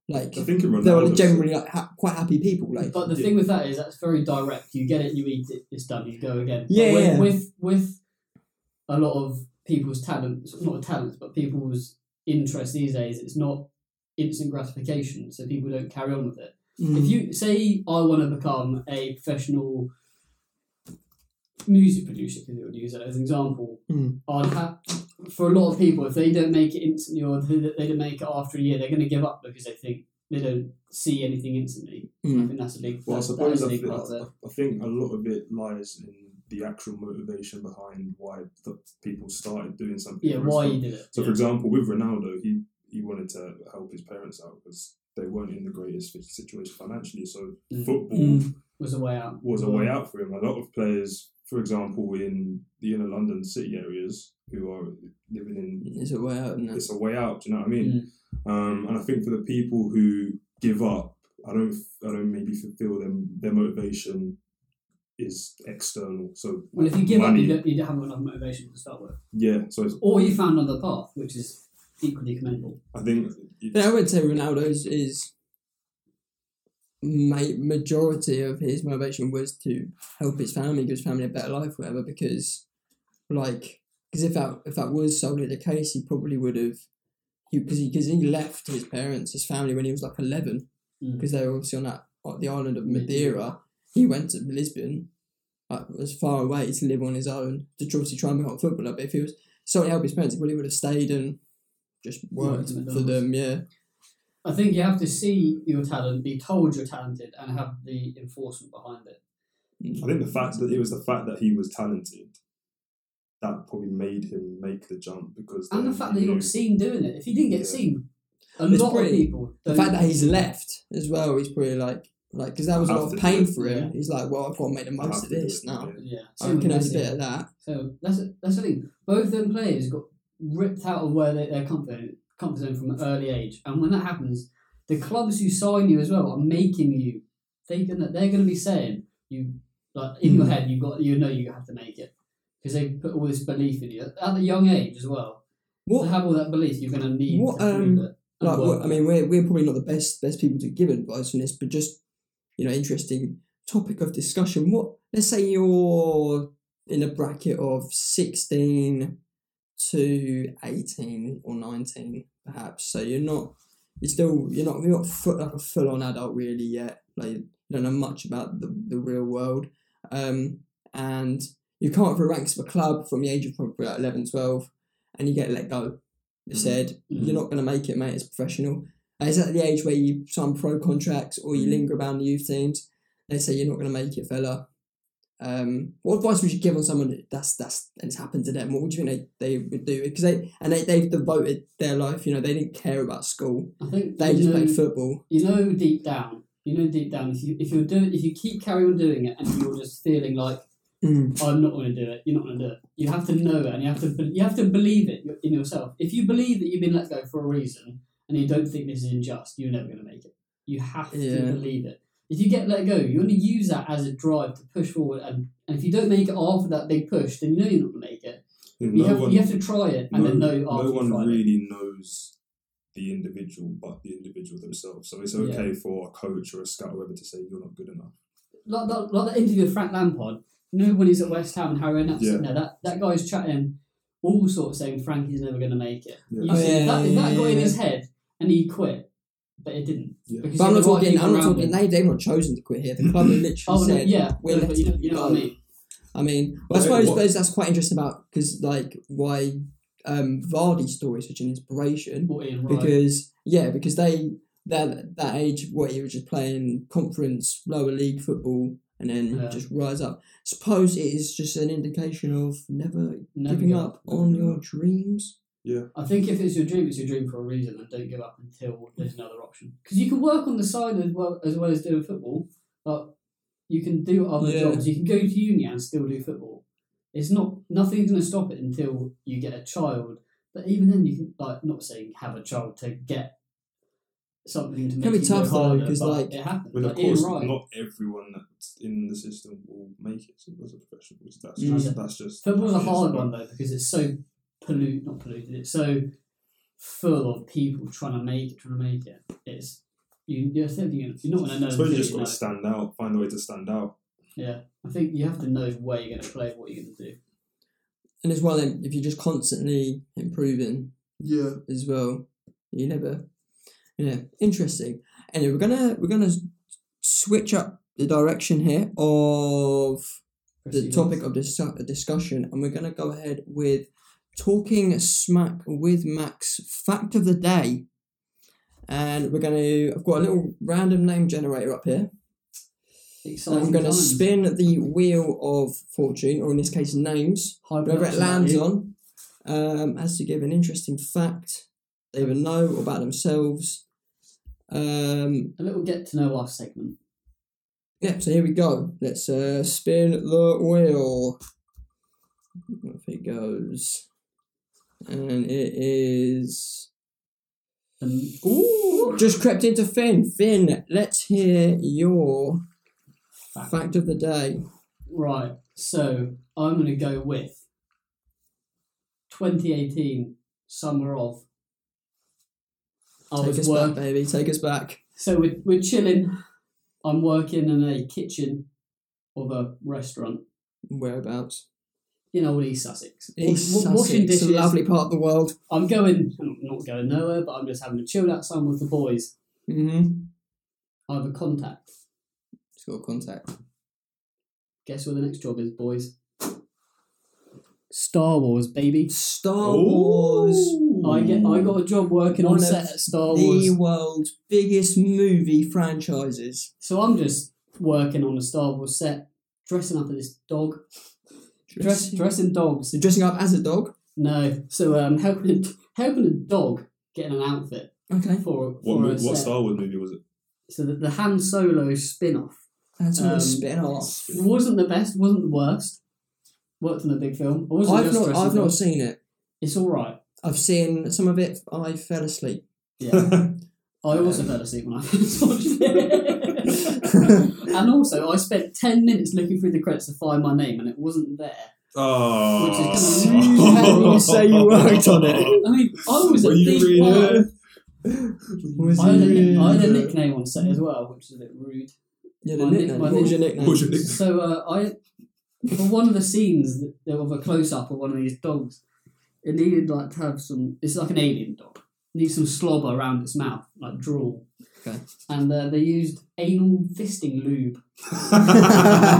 [SPEAKER 1] like
[SPEAKER 2] I think in
[SPEAKER 1] they were
[SPEAKER 2] Ronaldo's-
[SPEAKER 1] generally like ha- quite happy people. Like
[SPEAKER 3] But the
[SPEAKER 2] Yeah.
[SPEAKER 3] thing with that is that's very direct. You get it, you eat it, it's done, you go again. But
[SPEAKER 1] Yeah,
[SPEAKER 3] with,
[SPEAKER 1] yeah.
[SPEAKER 3] with with a lot of people's talents, not talents, but people's interests these days, it's not instant gratification, so people don't carry on with it.
[SPEAKER 1] mm,
[SPEAKER 3] If you
[SPEAKER 2] Mm.
[SPEAKER 3] say I want to become a professional music producer, because it would use that as an example,
[SPEAKER 1] Mm.
[SPEAKER 3] I'd have for a lot of people if they don't make it instantly or they they don't make it after a year, they're going to give up because they think they don't see anything instantly. I
[SPEAKER 1] Mm.
[SPEAKER 3] think that's a big.
[SPEAKER 2] Well, I
[SPEAKER 3] that's,
[SPEAKER 2] suppose
[SPEAKER 3] that is a
[SPEAKER 2] I,
[SPEAKER 3] big
[SPEAKER 2] feel-
[SPEAKER 3] part of it.
[SPEAKER 2] I think a lot of it lies in the actual motivation behind why the people started doing something.
[SPEAKER 3] Yeah,
[SPEAKER 2] for
[SPEAKER 3] why
[SPEAKER 2] example.
[SPEAKER 3] you did it.
[SPEAKER 2] So,
[SPEAKER 3] yeah.
[SPEAKER 2] for example, with Ronaldo, he he wanted to help his parents out because they weren't in the greatest fi- situation financially. So,
[SPEAKER 3] Mm.
[SPEAKER 2] football
[SPEAKER 1] Mm.
[SPEAKER 3] was a way out.
[SPEAKER 2] was a way out for him. A lot of players, for example, in the inner London city areas, who are living in
[SPEAKER 1] It's a way out. Isn't it?
[SPEAKER 2] it's a way out. Do you know what I mean?
[SPEAKER 3] Mm.
[SPEAKER 2] Um, and I think for the people who give up, I don't, I don't maybe feel them. Their motivation is external. So
[SPEAKER 3] Well, if you give up,
[SPEAKER 2] money,
[SPEAKER 3] you don't, you don't have enough motivation to start with,
[SPEAKER 2] yeah. So it's,
[SPEAKER 3] or you found another path, which is equally commendable.
[SPEAKER 2] I think it's,
[SPEAKER 1] But I would say Ronaldo's is ma- majority of his motivation was to help his family, give his family a better life, whatever. Because, like, because if that if that was solely the case, he probably would have, he because he because he left his parents, his family when he was like eleven,
[SPEAKER 3] Mm.
[SPEAKER 1] because they were obviously on that on the island of Madeira. He went to Lisbon, like, as far away to live on his own to obviously try and become a footballer. But if he was solely help his parents, he probably would have stayed and just worked
[SPEAKER 3] Worked at
[SPEAKER 1] for
[SPEAKER 3] McDonald's.
[SPEAKER 1] them. Yeah.
[SPEAKER 3] I think you have to see your talent, be told you're talented, and have the enforcement behind it.
[SPEAKER 1] Mm.
[SPEAKER 2] I think the fact that it was the fact that he was talented that probably made him make the jump because
[SPEAKER 3] And
[SPEAKER 2] then
[SPEAKER 3] the fact
[SPEAKER 2] he
[SPEAKER 3] that you
[SPEAKER 2] knew-
[SPEAKER 3] got seen doing it. If you didn't get
[SPEAKER 2] Yeah.
[SPEAKER 3] seen, a
[SPEAKER 1] It's
[SPEAKER 3] lot of
[SPEAKER 1] pretty-
[SPEAKER 3] people.
[SPEAKER 1] the
[SPEAKER 3] don't-
[SPEAKER 1] fact that he's left as well he's probably like like because that was a lot of
[SPEAKER 2] After
[SPEAKER 1] pain
[SPEAKER 2] the-
[SPEAKER 1] for him
[SPEAKER 3] yeah.
[SPEAKER 1] he's like well i've got to make the
[SPEAKER 2] I have
[SPEAKER 1] most of
[SPEAKER 2] to do
[SPEAKER 1] this
[SPEAKER 2] it,
[SPEAKER 1] now
[SPEAKER 2] yeah.
[SPEAKER 3] Yeah.
[SPEAKER 1] i
[SPEAKER 3] same
[SPEAKER 1] reckon
[SPEAKER 3] with
[SPEAKER 1] that's a
[SPEAKER 3] Messi.
[SPEAKER 1] bit of that
[SPEAKER 3] So that's that's the thing. Both them players got ripped out of where they, their comfort comfort zone from an early age, and when that happens, the clubs who sign you as well are making you. They gonna they're gonna be saying you Like in
[SPEAKER 1] Hmm.
[SPEAKER 3] your head, you got you know you have to make it because they put all this belief in you at a young age as well. to
[SPEAKER 1] What
[SPEAKER 3] have all that belief, you're going to need
[SPEAKER 1] What,
[SPEAKER 3] to
[SPEAKER 1] um,
[SPEAKER 3] prove it. and
[SPEAKER 1] like
[SPEAKER 3] work
[SPEAKER 1] well, I mean, we're we're probably not the best best people to give advice on this, but just you know, interesting topic of discussion. What let's say you're in a bracket of sixteen to eighteen or nineteen, perhaps. So you're not you're still you're not you're not full, like a full on adult really yet. Like you don't know much about the, the real world, um, and you come up for the ranks of a club from the age of probably like 11, 12, and you get let go. They
[SPEAKER 2] Mhm.
[SPEAKER 1] said
[SPEAKER 3] Mhm.
[SPEAKER 1] you're not going to make it, mate. It's professional. And It's at the age where you sign pro contracts or
[SPEAKER 3] Mm-hmm.
[SPEAKER 1] you linger around the youth teams. They say you're not going to make it, fella. Um, what advice would you give on someone that- that's that's and it's happened to them? What would you think they, they would do? Because they and they they've devoted their life. You know they didn't care about school.
[SPEAKER 3] I think
[SPEAKER 1] They
[SPEAKER 3] you
[SPEAKER 1] just
[SPEAKER 3] know,
[SPEAKER 1] played football.
[SPEAKER 3] You know deep down, you know deep down, if you if you're doing if you keep carrying on doing it and you're just feeling like I'm not going to do it, you're not going to do it. You have to know it, and you have to be- you have to believe it in yourself. If you believe that you've been let go for a reason, and you don't think this is unjust, you're never going to make it. You have
[SPEAKER 1] Yeah.
[SPEAKER 3] to believe it. If you get let go, you want to use that as a drive to push forward, and, and if you don't make it after that big push, then you know you're not going to make it. You,
[SPEAKER 2] no
[SPEAKER 3] have,
[SPEAKER 2] one,
[SPEAKER 3] you have to try it, and
[SPEAKER 2] no,
[SPEAKER 3] then know after
[SPEAKER 2] no
[SPEAKER 3] you
[SPEAKER 2] one
[SPEAKER 3] try it.
[SPEAKER 2] really knows the individual but the individual themselves. So it's okay for a coach or a scout or whoever to say you're not good enough.
[SPEAKER 3] like that, like that interview with Frank Lampard. No one is at West Ham and Harry Redknapp's
[SPEAKER 2] Yeah.
[SPEAKER 3] sitting there. That that guy's chatting all sorts, saying Frankie's never going to make it.
[SPEAKER 2] Yeah.
[SPEAKER 3] You
[SPEAKER 1] Oh,
[SPEAKER 3] see,
[SPEAKER 1] yeah,
[SPEAKER 3] that, if that
[SPEAKER 1] yeah,
[SPEAKER 3] got in
[SPEAKER 1] yeah.
[SPEAKER 3] his head, and he quit, but it didn't.
[SPEAKER 2] Yeah.
[SPEAKER 3] Because
[SPEAKER 1] But I'm
[SPEAKER 3] he
[SPEAKER 1] not
[SPEAKER 3] had the right
[SPEAKER 1] talking.
[SPEAKER 3] people
[SPEAKER 1] I'm not
[SPEAKER 3] around
[SPEAKER 1] talking.
[SPEAKER 3] him.
[SPEAKER 1] They, they've not chosen to quit here. The club have literally
[SPEAKER 3] Oh no,
[SPEAKER 1] said,
[SPEAKER 3] yeah,
[SPEAKER 1] "We're
[SPEAKER 3] but
[SPEAKER 1] letting
[SPEAKER 3] you know,
[SPEAKER 1] you
[SPEAKER 3] you know
[SPEAKER 1] go."
[SPEAKER 3] what I mean.
[SPEAKER 1] I mean, well, I
[SPEAKER 2] Okay,
[SPEAKER 1] suppose
[SPEAKER 2] what-
[SPEAKER 1] suppose that's quite interesting about because like why um, Vardy's story is such an inspiration
[SPEAKER 3] Brought in, right.
[SPEAKER 1] because yeah because they that that age what he was just playing conference lower league football and then
[SPEAKER 3] Yeah.
[SPEAKER 1] just rise up. Suppose it is just an indication of never,
[SPEAKER 3] Never
[SPEAKER 1] giving
[SPEAKER 3] give
[SPEAKER 1] up
[SPEAKER 2] never
[SPEAKER 1] on
[SPEAKER 2] give
[SPEAKER 1] your
[SPEAKER 2] up.
[SPEAKER 1] dreams.
[SPEAKER 3] I think if it's your dream, it's your dream for a reason, and don't give up until there's another option. Because you can work on the side as well as well as doing football, but you can do other
[SPEAKER 1] Yeah.
[SPEAKER 3] jobs. You can go to uni and still do football. It's not nothing's going to stop it until you get a child. But even then, you can like not saying have a child to get something to make
[SPEAKER 1] Can be
[SPEAKER 3] you
[SPEAKER 1] tough,
[SPEAKER 3] go
[SPEAKER 1] though,
[SPEAKER 3] harder,
[SPEAKER 1] 'cause,
[SPEAKER 3] but
[SPEAKER 1] like-
[SPEAKER 3] it happens.
[SPEAKER 2] But of
[SPEAKER 3] Like, Ian
[SPEAKER 2] course,
[SPEAKER 3] Wright.
[SPEAKER 2] not everyone that's in the system will make it as a professional. That's
[SPEAKER 1] Mm.
[SPEAKER 2] just that's just
[SPEAKER 3] Football's a
[SPEAKER 2] that's just-
[SPEAKER 3] hard one though because it's so pollute, not polluted. It's so full of people trying to make it, trying to make it. It's you. You're thinking you're not going to know.
[SPEAKER 2] I suppose you
[SPEAKER 3] until
[SPEAKER 2] just
[SPEAKER 3] you
[SPEAKER 2] got to
[SPEAKER 3] know.
[SPEAKER 2] stand out, find a way to stand out.
[SPEAKER 3] Yeah, I think you have to know where you're going to play, what you're going to do.
[SPEAKER 1] And as well, then, if you're just constantly improving,
[SPEAKER 4] Yeah.
[SPEAKER 1] as well. You never, you know, interesting. Anyway, we're gonna we're gonna switch up the direction here of the
[SPEAKER 3] Proceedings.
[SPEAKER 1] topic of this discussion, and we're gonna go ahead with talking smack with Max fact of the day, and we're gonna. I've got a little random name generator up here. And
[SPEAKER 3] Exciting
[SPEAKER 1] I'm gonna
[SPEAKER 3] times.
[SPEAKER 1] spin the wheel of fortune, or in this case, names.
[SPEAKER 3] High
[SPEAKER 1] Whoever it
[SPEAKER 3] production
[SPEAKER 1] lands
[SPEAKER 3] value.
[SPEAKER 1] on um, has to give an interesting fact they would know about themselves. Um,
[SPEAKER 3] A little get to know us segment.
[SPEAKER 1] yep, so here we go. Let's uh, spin the wheel. Off it goes. And it is.
[SPEAKER 3] Um,
[SPEAKER 1] Ooh! Just crept into Finn. Finn, let's hear your
[SPEAKER 3] Fact.
[SPEAKER 1] fact of the day.
[SPEAKER 3] right, so I'm going to go with 2018 summer of. I
[SPEAKER 1] Take us
[SPEAKER 3] was working.
[SPEAKER 1] back, baby. Take us back.
[SPEAKER 3] So we're, we're chilling. I'm working in a kitchen of a restaurant
[SPEAKER 1] Whereabouts?
[SPEAKER 3] in old East Sussex.
[SPEAKER 1] East
[SPEAKER 3] Wa- wa-
[SPEAKER 1] Sussex.
[SPEAKER 3] Washing
[SPEAKER 1] It's a
[SPEAKER 3] dishes.
[SPEAKER 1] lovely part of the world.
[SPEAKER 3] I'm going, I'm not going nowhere, but I'm just having a chill out time with the boys.
[SPEAKER 1] Mm-hmm.
[SPEAKER 3] I have a contact.
[SPEAKER 1] It's got contact.
[SPEAKER 3] Guess where the next job is, boys? Star Wars, baby.
[SPEAKER 1] Star Wars.
[SPEAKER 3] I get. I got a job working
[SPEAKER 1] One
[SPEAKER 3] on
[SPEAKER 1] of
[SPEAKER 3] set at Star Wars.
[SPEAKER 1] the world's biggest movie franchises.
[SPEAKER 3] So I'm just working on a Star Wars set, dressing up as this dog, dress, dressing dogs.
[SPEAKER 1] so dressing up as a dog.
[SPEAKER 3] No, so um, helping helping a dog get an outfit.
[SPEAKER 1] Okay,
[SPEAKER 3] for,
[SPEAKER 2] What
[SPEAKER 3] for
[SPEAKER 2] mo-
[SPEAKER 3] a
[SPEAKER 2] what
[SPEAKER 3] set.
[SPEAKER 2] Star Wars movie was it?
[SPEAKER 3] So the, the Han Solo spin-off
[SPEAKER 1] that's a
[SPEAKER 3] Um,
[SPEAKER 1] spin off.
[SPEAKER 3] wasn't the best, wasn't the worst. Worked on a big film. I wasn't
[SPEAKER 1] I've
[SPEAKER 3] just
[SPEAKER 1] not,
[SPEAKER 3] dressing
[SPEAKER 1] I've not
[SPEAKER 3] up.
[SPEAKER 1] seen it.
[SPEAKER 3] It's all right.
[SPEAKER 1] I've seen some of it. I fell asleep.
[SPEAKER 3] Yeah, I also
[SPEAKER 1] Um,
[SPEAKER 3] fell asleep when I was watching it. and also, I spent 10 minutes looking through the credits to find my name and it wasn't there.
[SPEAKER 2] Oh.
[SPEAKER 3] Which is gonna-
[SPEAKER 1] You say you worked on it.
[SPEAKER 3] I mean, I was a
[SPEAKER 2] Were you
[SPEAKER 3] big
[SPEAKER 2] really
[SPEAKER 3] part-
[SPEAKER 1] Was
[SPEAKER 3] I had, a,
[SPEAKER 1] you
[SPEAKER 3] nick- I had a
[SPEAKER 1] really-
[SPEAKER 3] nickname on set as well, which is a bit rude.
[SPEAKER 1] Yeah, the
[SPEAKER 3] My
[SPEAKER 1] nickname.
[SPEAKER 3] nick- my
[SPEAKER 1] What was
[SPEAKER 3] nick-
[SPEAKER 1] your nickname?
[SPEAKER 2] What was your nick-
[SPEAKER 3] So uh, I, for one of the scenes that- of a close up of one of these dogs, it needed like to have some. It's like an alien dog. It needs some slobber around its mouth, like drool.
[SPEAKER 1] Okay.
[SPEAKER 3] And uh, they used anal fisting lube,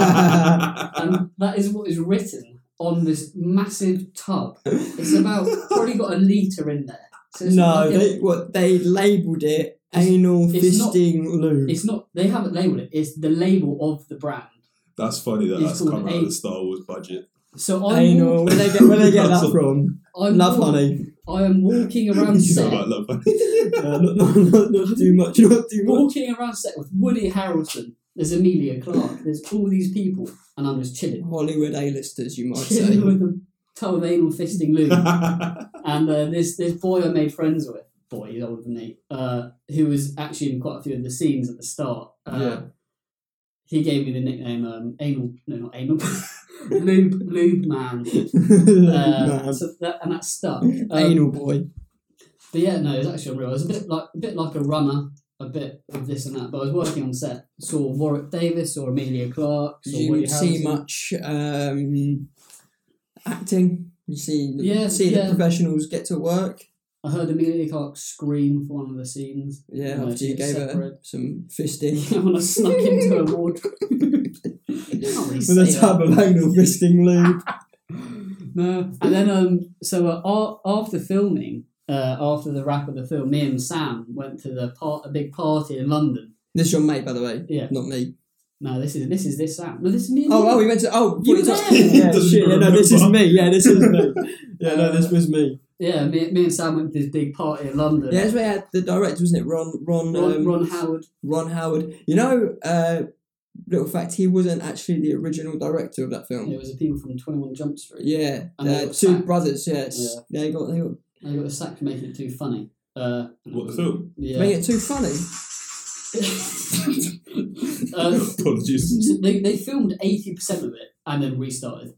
[SPEAKER 3] and that is what is written on this massive tub. It's about probably got a liter in there. So it's
[SPEAKER 1] No,
[SPEAKER 3] like a-
[SPEAKER 1] they what they labelled it
[SPEAKER 3] It's-
[SPEAKER 1] anal
[SPEAKER 3] it's not-
[SPEAKER 1] fisting lube.
[SPEAKER 3] it's not. They haven't labeled it. It's the label of the brand.
[SPEAKER 2] That's funny that
[SPEAKER 3] He's
[SPEAKER 2] that's
[SPEAKER 3] called
[SPEAKER 2] come out of
[SPEAKER 3] eight.
[SPEAKER 2] the Star Wars budget.
[SPEAKER 3] So I'm.
[SPEAKER 1] Anal. Where they get where they get that from?
[SPEAKER 3] I'm
[SPEAKER 1] Love
[SPEAKER 3] walk-
[SPEAKER 1] honey.
[SPEAKER 3] I am walking around
[SPEAKER 2] You know
[SPEAKER 3] set.
[SPEAKER 2] about love.
[SPEAKER 1] Yeah, not, not, not, not too much. Not too much.
[SPEAKER 3] walking around set with Woody Harrelson, there's Amelia Clark, there's all these people, and I'm just chilling.
[SPEAKER 1] Hollywood A-listers, you might say.
[SPEAKER 3] Chilling with a tub of anal fisting lube. and uh, this, this boy I made friends with, boy, he's older than me, uh, who was actually in quite a few of the scenes at the start. Uh,
[SPEAKER 1] Yeah.
[SPEAKER 3] He gave me the nickname um, Anal, no, not Anal, Lube, Lube Man. Uh,
[SPEAKER 1] Man.
[SPEAKER 3] so that, and that stuck. Um,
[SPEAKER 1] Anal boy.
[SPEAKER 3] But yeah, no, it's actually unreal. It was a bit like a bit like a runner, a bit of this and that. But I was working on set, saw Warwick Davis, saw Amelia Clark,
[SPEAKER 1] Did
[SPEAKER 3] saw
[SPEAKER 1] you
[SPEAKER 3] Woody
[SPEAKER 1] see
[SPEAKER 3] Harrelson.
[SPEAKER 1] much um, acting? You see,
[SPEAKER 3] Yeah,
[SPEAKER 1] see the
[SPEAKER 3] yeah.
[SPEAKER 1] professionals get to work.
[SPEAKER 3] I heard Amelia Clark scream for one of the scenes.
[SPEAKER 1] Yeah,
[SPEAKER 3] No,
[SPEAKER 1] after you
[SPEAKER 3] it's
[SPEAKER 1] gave her
[SPEAKER 3] separate.
[SPEAKER 1] some fisting
[SPEAKER 3] when I snuck into a wardrobe. You can't really
[SPEAKER 1] with a
[SPEAKER 3] say that.
[SPEAKER 1] tub of anal fisting lube.
[SPEAKER 3] No. And then, um, so uh, a- after filming, uh, after the wrap of the film, me and Sam went to the part a big party in London.
[SPEAKER 1] This is your mate, by the way.
[SPEAKER 3] Yeah.
[SPEAKER 1] Not me.
[SPEAKER 3] No, this is this is this Sam. No, this is me. and
[SPEAKER 1] Oh,
[SPEAKER 3] you.
[SPEAKER 1] oh, we went to. Oh,
[SPEAKER 3] You
[SPEAKER 1] we
[SPEAKER 3] were
[SPEAKER 1] talked-
[SPEAKER 3] there.
[SPEAKER 1] Yeah,
[SPEAKER 2] Doesn't
[SPEAKER 1] shit, yeah, no, this is
[SPEAKER 2] remember.
[SPEAKER 1] me. Yeah, this is me. Yeah, no, this was me.
[SPEAKER 3] yeah, me, me and Sam went to this big party in London.
[SPEAKER 1] Yeah, that's where we had the director, wasn't it? Ron, Ron,
[SPEAKER 3] Uh, Ron,
[SPEAKER 1] um,
[SPEAKER 3] Ron Howard.
[SPEAKER 1] Ron Howard. You know, uh, little fact, he wasn't actually the original director of that film.
[SPEAKER 3] It was the people from Twenty One Jump Street.
[SPEAKER 1] Yeah,
[SPEAKER 3] And they
[SPEAKER 1] uh,
[SPEAKER 3] got
[SPEAKER 1] two
[SPEAKER 3] sacked.
[SPEAKER 1] brothers. Yes,
[SPEAKER 3] Yeah.
[SPEAKER 1] they got they got
[SPEAKER 3] I got a sack for making it too funny. Uh,
[SPEAKER 2] what the film?
[SPEAKER 1] make
[SPEAKER 3] Yeah.
[SPEAKER 1] it too funny.
[SPEAKER 3] uh,
[SPEAKER 2] Apologies.
[SPEAKER 3] so they, they filmed eighty percent of it and then restarted.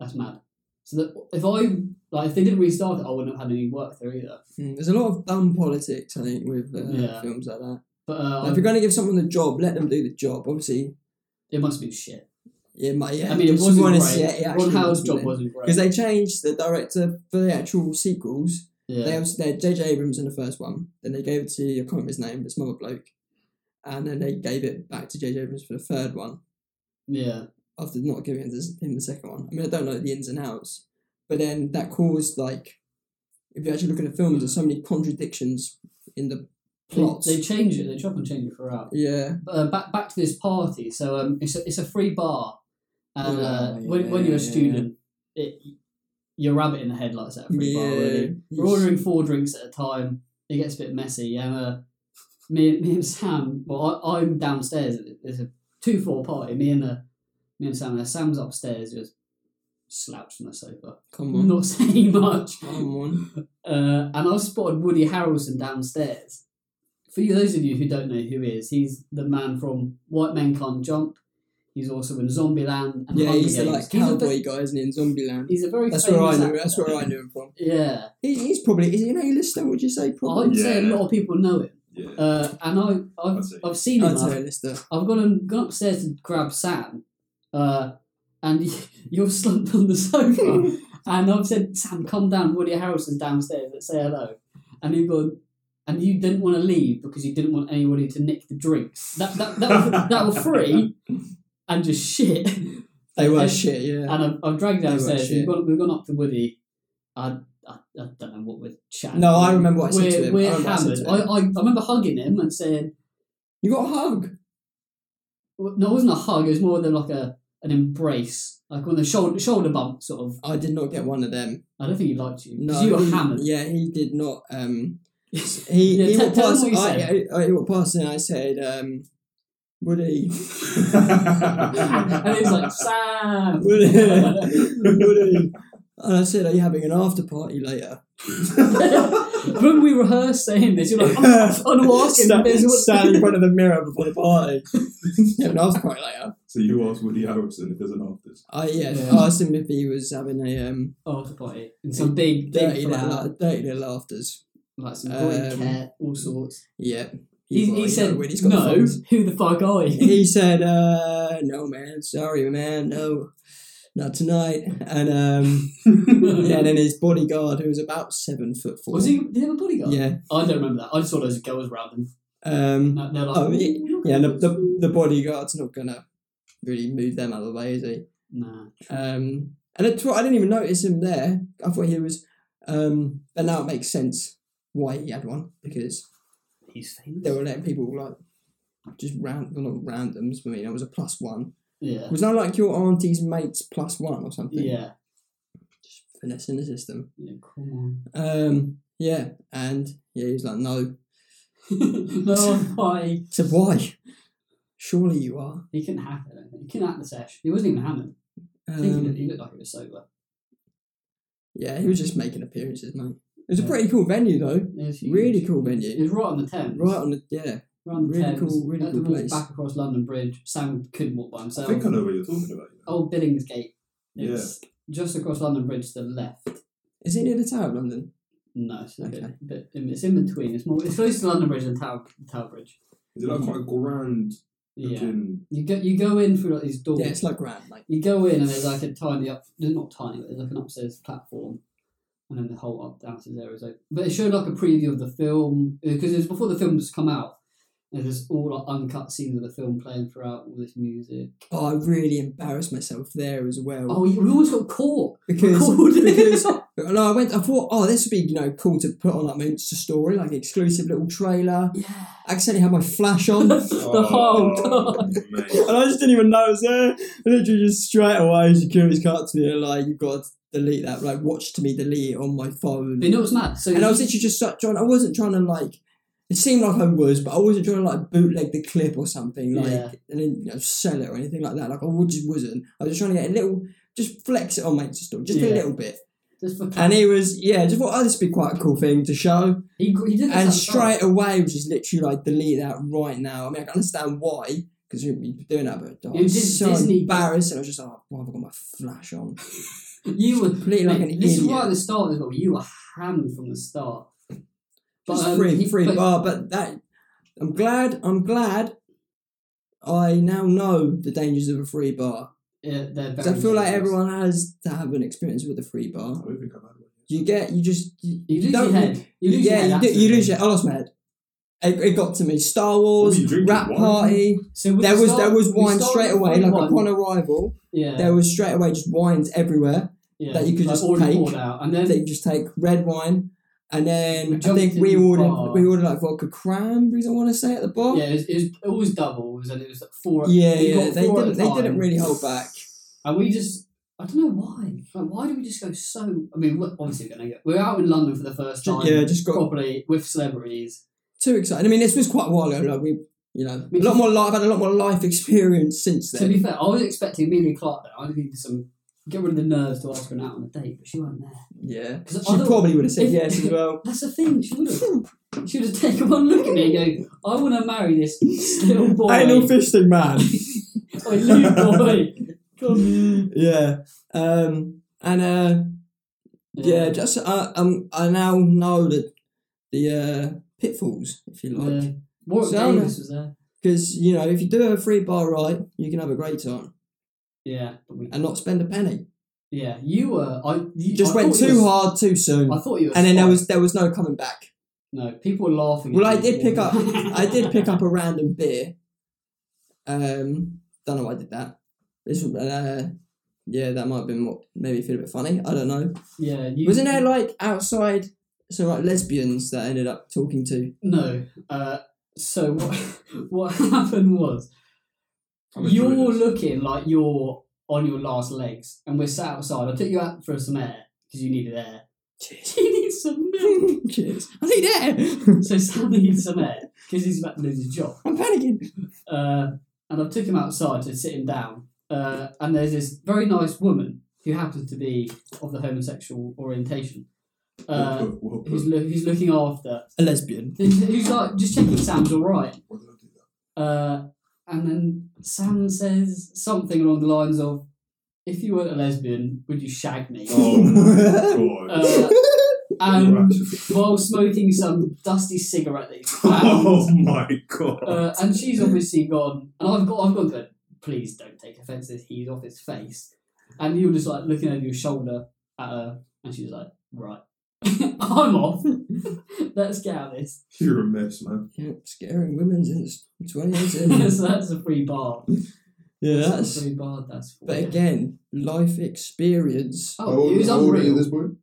[SPEAKER 3] That's mad. So that if I like if they didn't restart it, I wouldn't have had any work there either.
[SPEAKER 1] Mm, There's a lot of dumb politics, I think, with uh,
[SPEAKER 3] Yeah.
[SPEAKER 1] films like that.
[SPEAKER 3] But uh,
[SPEAKER 1] Like, if you're going to give someone the job, let them do the job. Obviously,
[SPEAKER 3] it must be shit.
[SPEAKER 1] it might. Yeah,
[SPEAKER 3] I mean, it
[SPEAKER 1] just
[SPEAKER 3] wasn't
[SPEAKER 1] wanna
[SPEAKER 3] great.
[SPEAKER 1] see it, it
[SPEAKER 3] Ron
[SPEAKER 1] actually
[SPEAKER 3] Howard's
[SPEAKER 1] wasn't
[SPEAKER 3] job
[SPEAKER 1] it.
[SPEAKER 3] wasn't
[SPEAKER 1] because
[SPEAKER 3] great.
[SPEAKER 1] they changed the director for the actual sequels. They
[SPEAKER 3] yeah.
[SPEAKER 1] also they had J.J. Abrams in the first one. Then they gave it to I can't remember his name, but some other bloke, and then they gave it back to J.J. Abrams for the third one.
[SPEAKER 3] yeah.
[SPEAKER 1] after not giving this- him the second one. I mean, I don't know the ins and outs, but then that caused like, if you actually look at the film, there's so many contradictions in the
[SPEAKER 3] They,
[SPEAKER 1] plots.
[SPEAKER 3] they change it. They chop and change it throughout.
[SPEAKER 1] yeah,
[SPEAKER 3] uh, back back to this party. So um, it's a, it's a free bar, and
[SPEAKER 1] Oh,
[SPEAKER 3] uh, when, when you're
[SPEAKER 1] yeah.
[SPEAKER 3] a student, it you're rabbit in the head like it's at a free bar.
[SPEAKER 1] yeah.
[SPEAKER 3] Really, we're ordering four drinks at a time. It gets a bit messy, and uh, me me and Sam. Well, I, I'm downstairs. It's a two floor party. Me and uh, me and Sam. And Sam's upstairs, just slouched on the sofa,
[SPEAKER 1] Come on,
[SPEAKER 3] not saying much.
[SPEAKER 1] come on.
[SPEAKER 3] Uh, and I've spotted Woody Harrelson downstairs. For you, those of you who don't know who he is, he's the man from White Men Can't Jump. He's also in Zombieland and
[SPEAKER 1] Yeah,
[SPEAKER 3] Hunger
[SPEAKER 1] he's the
[SPEAKER 3] Games.
[SPEAKER 1] like
[SPEAKER 3] he's, a,
[SPEAKER 1] cowboy
[SPEAKER 3] ve-
[SPEAKER 1] guy, isn't he? In Zombieland.
[SPEAKER 3] he's a very
[SPEAKER 1] That's where I
[SPEAKER 3] famous
[SPEAKER 1] knew.
[SPEAKER 3] actor.
[SPEAKER 1] That's where I knew him from.
[SPEAKER 3] Yeah,
[SPEAKER 1] He, he's probably is he an A-lister? Would you say
[SPEAKER 3] I would
[SPEAKER 1] probably?
[SPEAKER 3] say a
[SPEAKER 2] Yeah.
[SPEAKER 3] lot of people know him.
[SPEAKER 2] Yeah.
[SPEAKER 3] Uh, and I, I've,
[SPEAKER 2] I'd say-
[SPEAKER 3] I've seen him.
[SPEAKER 1] I'd
[SPEAKER 3] I've,
[SPEAKER 1] say A-lister.
[SPEAKER 3] I've gone and gone upstairs to grab Sam, uh, and you're slumped on the sofa. and I've said, Sam, come down. Woody Harrelson's downstairs. Let's say hello. And you've gone, and you didn't want to leave because you didn't want anybody to nick the drinks. That that that were, that were free, and just shit.
[SPEAKER 1] They
[SPEAKER 3] And-
[SPEAKER 1] were
[SPEAKER 3] and-
[SPEAKER 1] shit. Yeah.
[SPEAKER 3] And I've, I've dragged
[SPEAKER 1] They were
[SPEAKER 3] downstairs.
[SPEAKER 1] shit.
[SPEAKER 3] We've gone, we've gone up to Woody. I, I, I don't know what we're chatting.
[SPEAKER 1] No, I
[SPEAKER 3] about.
[SPEAKER 1] remember what I said
[SPEAKER 3] we're,
[SPEAKER 1] to him. I
[SPEAKER 3] We're
[SPEAKER 1] remember what I said
[SPEAKER 3] hammered.
[SPEAKER 1] to
[SPEAKER 3] I,
[SPEAKER 1] him.
[SPEAKER 3] I, I remember hugging him and saying,
[SPEAKER 1] You got a hug.
[SPEAKER 3] Well, no, it wasn't a hug. It was more than like a an embrace, like on the shoulder shoulder bump, sort of.
[SPEAKER 1] I did not get one of them.
[SPEAKER 3] I don't think he liked you
[SPEAKER 1] No,
[SPEAKER 3] because you were
[SPEAKER 1] he-
[SPEAKER 3] hammered.
[SPEAKER 1] Yeah, he did not. Um, He,
[SPEAKER 3] Yeah,
[SPEAKER 1] he,
[SPEAKER 3] te-
[SPEAKER 1] walked
[SPEAKER 3] tell them
[SPEAKER 1] past,
[SPEAKER 3] what you
[SPEAKER 1] I, I, I walked past and I said, um, Woody,
[SPEAKER 3] and he was like, Sam.
[SPEAKER 1] Woody, Woody. And I said, Are you having an after party later?
[SPEAKER 3] when we rehearse saying this, you're like, I'm, not- I'm not asking
[SPEAKER 1] Stand,
[SPEAKER 3] this. What-
[SPEAKER 1] stand in front of the mirror before the party. yeah, and I was quite later.
[SPEAKER 4] So you asked Woody Harrelson if there's an after.
[SPEAKER 1] I yeah,
[SPEAKER 3] Yeah.
[SPEAKER 1] I asked him if he was having a um,
[SPEAKER 3] Oh, the party. And some big,
[SPEAKER 1] dirty
[SPEAKER 3] big
[SPEAKER 1] little,
[SPEAKER 3] flat,
[SPEAKER 1] la- dirty little afters.
[SPEAKER 3] like some boy
[SPEAKER 1] Um,
[SPEAKER 3] cat, all sorts.
[SPEAKER 1] Yeah.
[SPEAKER 3] He, he
[SPEAKER 1] was,
[SPEAKER 3] said,
[SPEAKER 1] when he's got the
[SPEAKER 3] no,
[SPEAKER 1] phones.
[SPEAKER 3] who the fuck are you?
[SPEAKER 1] he said, uh, no, man, sorry, man, no, not tonight. And um, yeah, and then his bodyguard, who was about seven foot four.
[SPEAKER 3] Was he, did he have a bodyguard?
[SPEAKER 1] Yeah.
[SPEAKER 3] I don't remember that. I just saw those girls around him.
[SPEAKER 1] Um,
[SPEAKER 3] And They're like,
[SPEAKER 1] Oh,
[SPEAKER 3] "Ooh, look
[SPEAKER 1] yeah, and
[SPEAKER 3] at
[SPEAKER 1] the,
[SPEAKER 3] us."
[SPEAKER 1] the, the bodyguard's not going to really move them out of the way, is he?
[SPEAKER 3] Nah.
[SPEAKER 1] Um, and it's what- I didn't even notice him there. I thought he was. Um, but now it makes sense why he had one because
[SPEAKER 3] He's
[SPEAKER 1] they
[SPEAKER 3] famous.
[SPEAKER 1] were letting people like just round, well, not randoms. I mean, it was a plus one.
[SPEAKER 3] Yeah.
[SPEAKER 1] Was that like your auntie's mate's plus one or something?
[SPEAKER 3] Yeah.
[SPEAKER 1] finessing the system.
[SPEAKER 3] Yeah, come
[SPEAKER 1] Um, yeah, and yeah, he was like, no.
[SPEAKER 3] on. no, why?
[SPEAKER 1] So why? Surely you are.
[SPEAKER 3] He couldn't hack it. I don't think. He couldn't hack the sesh. He wasn't even hammered. I think he, looked,
[SPEAKER 1] Um,
[SPEAKER 3] he looked like he was sober.
[SPEAKER 1] yeah, he was just making appearances, mate. It was a
[SPEAKER 3] Yeah.
[SPEAKER 1] pretty cool venue though.
[SPEAKER 3] It was huge.
[SPEAKER 1] Really cool
[SPEAKER 3] It
[SPEAKER 1] venue.
[SPEAKER 3] was right on the Thames.
[SPEAKER 1] Right on the yeah.
[SPEAKER 3] right on the
[SPEAKER 1] really
[SPEAKER 3] Thames.
[SPEAKER 1] cool- really
[SPEAKER 3] Had to
[SPEAKER 1] cool
[SPEAKER 3] walk
[SPEAKER 1] place.
[SPEAKER 3] Back across London Bridge. Sam couldn't walk by
[SPEAKER 4] I
[SPEAKER 3] himself.
[SPEAKER 4] think I know what you're talking about. You know?
[SPEAKER 3] Old Billingsgate. It's just across London Bridge to the left.
[SPEAKER 1] Is it near the Tower of London?
[SPEAKER 3] No, it's a bit-
[SPEAKER 1] Okay.
[SPEAKER 3] bit, it's in between. It's more. It's close to London Bridge and Tower Tower Bridge.
[SPEAKER 4] Is it like quite grand
[SPEAKER 3] Yeah.
[SPEAKER 4] looking?
[SPEAKER 3] You go you go in through like these doors.
[SPEAKER 1] Yeah, it's like grand, mate.
[SPEAKER 3] you go in and there's like a tiny up there's not tiny but there's like an upstairs platform and then the whole up downstairs area is open but it showed like a preview of the film because it was before the film just come out and there's all like uncut scenes of the film playing throughout all this music
[SPEAKER 1] Oh, I really embarrassed myself there as well.
[SPEAKER 3] oh we we always got caught
[SPEAKER 1] because
[SPEAKER 3] Recorded.
[SPEAKER 1] because no, I went I thought, oh this would be, you know, cool to put on like my Insta story, like exclusive little trailer.
[SPEAKER 3] yeah
[SPEAKER 1] I accidentally had my flash on.
[SPEAKER 3] the whole
[SPEAKER 2] Oh,
[SPEAKER 3] time
[SPEAKER 4] mate.
[SPEAKER 1] And I just didn't even know it was there. Literally, just straight away, security's come up to me and like, you've got to delete that. Like, watch to me delete it on my phone.
[SPEAKER 3] but you know what's mad so
[SPEAKER 1] And I was literally just such John. I wasn't trying to like. It seemed like I was, but I wasn't trying to like bootleg the clip or something, like
[SPEAKER 3] Yeah.
[SPEAKER 1] and then you know, sell it or anything like that. Like I would, just wasn't. I was just trying to get a little, just flex it on my Insta story, just a
[SPEAKER 3] Yeah.
[SPEAKER 1] little bit.
[SPEAKER 3] just for
[SPEAKER 1] And he was, yeah, just thought, oh, this would be quite a cool thing to show.
[SPEAKER 3] he, gr- he did this
[SPEAKER 1] And
[SPEAKER 3] outside.
[SPEAKER 1] straight away, which is literally like delete that right now. I mean, I can understand why because you've been doing that, but I
[SPEAKER 3] You did
[SPEAKER 1] was so
[SPEAKER 3] Disney-
[SPEAKER 1] embarrassed, and I was just like, oh, why have I got my flash on?
[SPEAKER 3] you were
[SPEAKER 1] Completely like
[SPEAKER 3] mate,
[SPEAKER 1] an
[SPEAKER 3] this is
[SPEAKER 1] idiot.
[SPEAKER 3] right at the start as well you were hammered from the start but
[SPEAKER 1] Just
[SPEAKER 3] um,
[SPEAKER 1] free,
[SPEAKER 3] he-
[SPEAKER 1] free
[SPEAKER 3] but-
[SPEAKER 1] bar. But that, I'm glad. I'm glad. I now know the dangers of a free bar.
[SPEAKER 3] yeah, they're
[SPEAKER 1] 'Cause
[SPEAKER 3] very
[SPEAKER 1] I feel like
[SPEAKER 3] dangerous.
[SPEAKER 1] everyone has to have an experience with a free
[SPEAKER 4] I
[SPEAKER 1] bar.
[SPEAKER 4] don't think I've had one.
[SPEAKER 1] You get, you just, you,
[SPEAKER 3] You lose
[SPEAKER 1] don't-
[SPEAKER 3] your head. You lose
[SPEAKER 1] yeah,
[SPEAKER 3] your head.
[SPEAKER 1] you, do, you
[SPEAKER 3] absolutely.
[SPEAKER 1] lose your. I lost my head. It, it got to me. Star
[SPEAKER 4] What
[SPEAKER 1] Wars,
[SPEAKER 4] were you drinking,
[SPEAKER 1] rap
[SPEAKER 4] wine?
[SPEAKER 1] party.
[SPEAKER 3] So we
[SPEAKER 1] There was
[SPEAKER 3] start-
[SPEAKER 1] there was
[SPEAKER 3] we
[SPEAKER 1] wine
[SPEAKER 3] start
[SPEAKER 1] straight
[SPEAKER 3] with
[SPEAKER 1] away, like
[SPEAKER 3] wine.
[SPEAKER 1] upon arrival.
[SPEAKER 3] yeah,
[SPEAKER 1] There was straight away just wines everywhere
[SPEAKER 3] yeah,
[SPEAKER 1] that you could
[SPEAKER 3] like
[SPEAKER 1] just
[SPEAKER 3] already
[SPEAKER 1] take.
[SPEAKER 3] poured out, and then
[SPEAKER 1] that you just take red wine, and
[SPEAKER 3] We
[SPEAKER 1] then I
[SPEAKER 3] jumped
[SPEAKER 1] think
[SPEAKER 3] in
[SPEAKER 1] we
[SPEAKER 3] the
[SPEAKER 1] ordered
[SPEAKER 3] bar.
[SPEAKER 1] we ordered like vodka cranberries. I want to say at the bar.
[SPEAKER 3] yeah, it was, it was always doubles, and it was like four.
[SPEAKER 1] yeah,
[SPEAKER 3] you
[SPEAKER 1] yeah,
[SPEAKER 3] got
[SPEAKER 1] They
[SPEAKER 3] four at
[SPEAKER 1] didn't
[SPEAKER 3] a
[SPEAKER 1] they didn't
[SPEAKER 3] time.
[SPEAKER 1] really hold back.
[SPEAKER 3] And we just, I don't know why. Like, why do we just go so? I mean, we're, obviously we're gonna get. We're out in London for the first time.
[SPEAKER 1] yeah, just got
[SPEAKER 3] properly with celebrities.
[SPEAKER 1] too excited. I mean, this was quite a while ago. Like we, you know, a
[SPEAKER 3] mean,
[SPEAKER 1] lot more life. I've had a lot more life experience since
[SPEAKER 3] To be
[SPEAKER 1] then.
[SPEAKER 3] fair, I was expecting Amelia Clark there. I needed some get rid of the nerves to ask her out on a date, but she wasn't there.
[SPEAKER 1] Yeah,
[SPEAKER 3] 'Cause
[SPEAKER 1] she
[SPEAKER 3] other-
[SPEAKER 1] probably would have said
[SPEAKER 3] if-
[SPEAKER 1] yes as well.
[SPEAKER 3] That's the thing. She would have. she would have taken one look at me and go, "I want to marry this little boy."
[SPEAKER 1] Anal fisting man.
[SPEAKER 3] Oh, you boy.
[SPEAKER 1] yeah. Um. And uh. Yeah. Just uh, um. I now know that the uh pitfalls, if you like.
[SPEAKER 3] Yeah. Warwick
[SPEAKER 1] Zelda.
[SPEAKER 3] Davis was there.
[SPEAKER 1] Because, you know, if you do a free bar right, you can have a great time
[SPEAKER 3] Yeah, but we,
[SPEAKER 1] and not spend a penny.
[SPEAKER 3] yeah, you were. I you,
[SPEAKER 1] You just
[SPEAKER 3] I
[SPEAKER 1] went
[SPEAKER 3] thought you
[SPEAKER 1] too
[SPEAKER 3] were-
[SPEAKER 1] hard too soon.
[SPEAKER 3] I thought you were.
[SPEAKER 1] And then there
[SPEAKER 3] smart.
[SPEAKER 1] was there was no coming back.
[SPEAKER 3] no people were laughing. at
[SPEAKER 1] Well, I
[SPEAKER 3] you
[SPEAKER 1] did pick
[SPEAKER 3] before.
[SPEAKER 1] up I did pick up a random beer. Um don't know why I did that. This uh, yeah, that might have been what maybe feel a bit funny. I don't know.
[SPEAKER 3] Yeah, you,
[SPEAKER 1] Wasn't there like outside some like lesbians that I ended up talking to?
[SPEAKER 3] No. Uh, so what? what happened was
[SPEAKER 4] I'm enjoying
[SPEAKER 3] you're
[SPEAKER 4] this.
[SPEAKER 3] looking like you're on your last legs, and we're sat outside. I took you out for some air because you needed air.
[SPEAKER 1] Cheers.
[SPEAKER 3] You need some milk.
[SPEAKER 1] Cheers. I need air.
[SPEAKER 3] so Sam needs some air because he's about to lose his job.
[SPEAKER 1] I'm panicking.
[SPEAKER 3] uh, and I took him outside to sit him down. Uh, and there's this very nice woman who happens to be of the homosexual orientation.
[SPEAKER 4] Well
[SPEAKER 3] uh,
[SPEAKER 4] put, well put.
[SPEAKER 3] who's, loo- who's looking after.
[SPEAKER 1] A lesbian.
[SPEAKER 3] Who's like, just checking Sam's all right.
[SPEAKER 4] Why did I do that?
[SPEAKER 3] Uh, and then Sam says something along the lines of, "If you weren't a lesbian, would you shag me?"
[SPEAKER 2] Oh, God.
[SPEAKER 3] Uh, and
[SPEAKER 2] Right.
[SPEAKER 3] while smoking some dusty cigarette that he's
[SPEAKER 2] Oh,
[SPEAKER 3] found,
[SPEAKER 2] my God.
[SPEAKER 3] uh, and she's obviously gone. And I've got, I've got good. Please don't take offence. to This he's off his face, and you were just like looking over your shoulder at her, and she's like, "Right, I'm off. Let's get out of this."
[SPEAKER 2] You're a mess, man.
[SPEAKER 1] Yep, scaring women since 2018.
[SPEAKER 3] so that's a free bar.
[SPEAKER 1] yeah,
[SPEAKER 3] That's a
[SPEAKER 1] that's.
[SPEAKER 3] free bar. That's
[SPEAKER 1] But
[SPEAKER 3] weird.
[SPEAKER 1] again, life experience.
[SPEAKER 4] How
[SPEAKER 3] Oh,
[SPEAKER 4] old-
[SPEAKER 3] it was
[SPEAKER 4] how old are you
[SPEAKER 3] unreal.
[SPEAKER 4] at this point?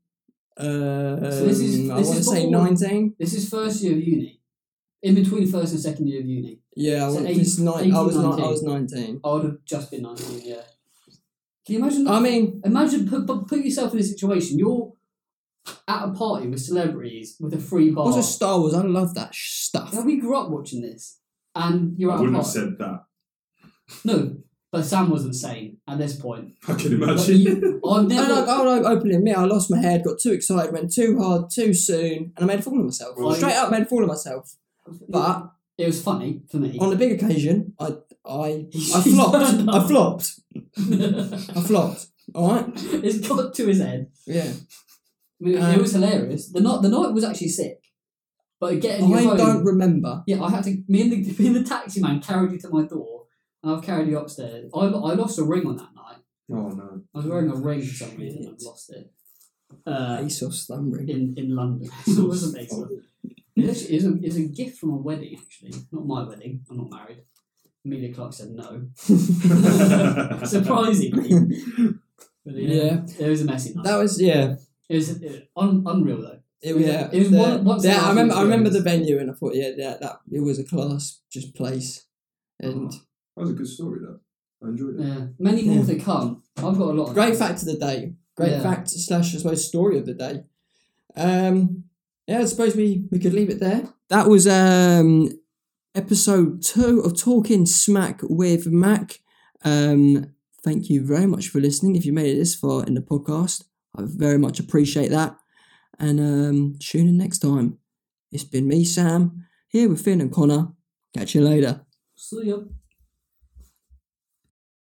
[SPEAKER 1] Uh,
[SPEAKER 3] this is-
[SPEAKER 1] I
[SPEAKER 3] this
[SPEAKER 1] want to
[SPEAKER 3] is
[SPEAKER 1] say
[SPEAKER 3] what-
[SPEAKER 1] 19.
[SPEAKER 3] This is first year of uni. In between first and second year of uni,
[SPEAKER 1] Yeah, I
[SPEAKER 3] So
[SPEAKER 1] want
[SPEAKER 3] eight-
[SPEAKER 1] this nine. I was ni-
[SPEAKER 3] 18,
[SPEAKER 1] I was 19.
[SPEAKER 3] I would have just been nineteen. Yeah. Can you imagine?
[SPEAKER 1] I mean,
[SPEAKER 3] imagine put, put put yourself in a situation. You're at a party with celebrities with a free bar.
[SPEAKER 1] also Star Wars. I love that sh- stuff.
[SPEAKER 3] Yeah, we grew up watching this, and you're
[SPEAKER 2] I
[SPEAKER 3] at a
[SPEAKER 2] wouldn't
[SPEAKER 3] party.
[SPEAKER 2] have said that.
[SPEAKER 3] no, but Sam was insane at this point.
[SPEAKER 2] I can
[SPEAKER 3] Like,
[SPEAKER 2] imagine.
[SPEAKER 3] you, I've
[SPEAKER 1] And
[SPEAKER 3] never.
[SPEAKER 1] I, I'll openly admit I lost my head, got too excited, went too hard, too soon, and I made a fool of myself.
[SPEAKER 3] Well,
[SPEAKER 1] Straight up made a fool of myself. But
[SPEAKER 3] it was funny for me.
[SPEAKER 1] on a big occasion, I I I flopped. I flopped. I flopped. All right.
[SPEAKER 3] it's got to his head.
[SPEAKER 1] Yeah.
[SPEAKER 3] I mean, it,
[SPEAKER 1] Um,
[SPEAKER 3] was hilarious. The night, the night was actually sick, but
[SPEAKER 1] I
[SPEAKER 3] again, you
[SPEAKER 1] don't remember.
[SPEAKER 3] Yeah, I had to. Me and the, me and the taxi man carried you to my door, and I've carried you upstairs. I, lo- I lost a ring on that night.
[SPEAKER 2] Oh, no.
[SPEAKER 3] I was wearing a ring for some reason. and I
[SPEAKER 1] Shit.
[SPEAKER 3] lost it. Uh,
[SPEAKER 1] ASOS thumb ring.
[SPEAKER 3] in in London, it wasn't excellent. It actually is a it's a gift from a wedding. Actually, not my wedding. I'm not married. Amelia Clark said no. Surprisingly. But yeah, it was a messy night.
[SPEAKER 1] That was yeah.
[SPEAKER 3] it was it, un, unreal though.
[SPEAKER 1] It, yeah.
[SPEAKER 3] It was
[SPEAKER 1] the-
[SPEAKER 3] one- once
[SPEAKER 1] yeah,
[SPEAKER 3] the
[SPEAKER 1] I remember. I remember the
[SPEAKER 3] experience.
[SPEAKER 1] venue, and I thought, yeah, that, that it was a class, just place,
[SPEAKER 3] Oh.
[SPEAKER 1] and
[SPEAKER 2] That was a good story, though. I enjoyed it.
[SPEAKER 3] Yeah, Uh, many more to come. I've got a lot. Of
[SPEAKER 1] Great fact of the day. Great
[SPEAKER 3] Yeah.
[SPEAKER 1] fact slash I suppose story of the day. Um yeah, I suppose we, we could leave it there. That was um episode two of Talking Smack with Mac. Um thank you very much for listening. If you made it this far in the podcast, I very much appreciate that. And um tune in next time. It's been me, Sam, here with Finn and Connor. Catch you later.
[SPEAKER 3] See ya.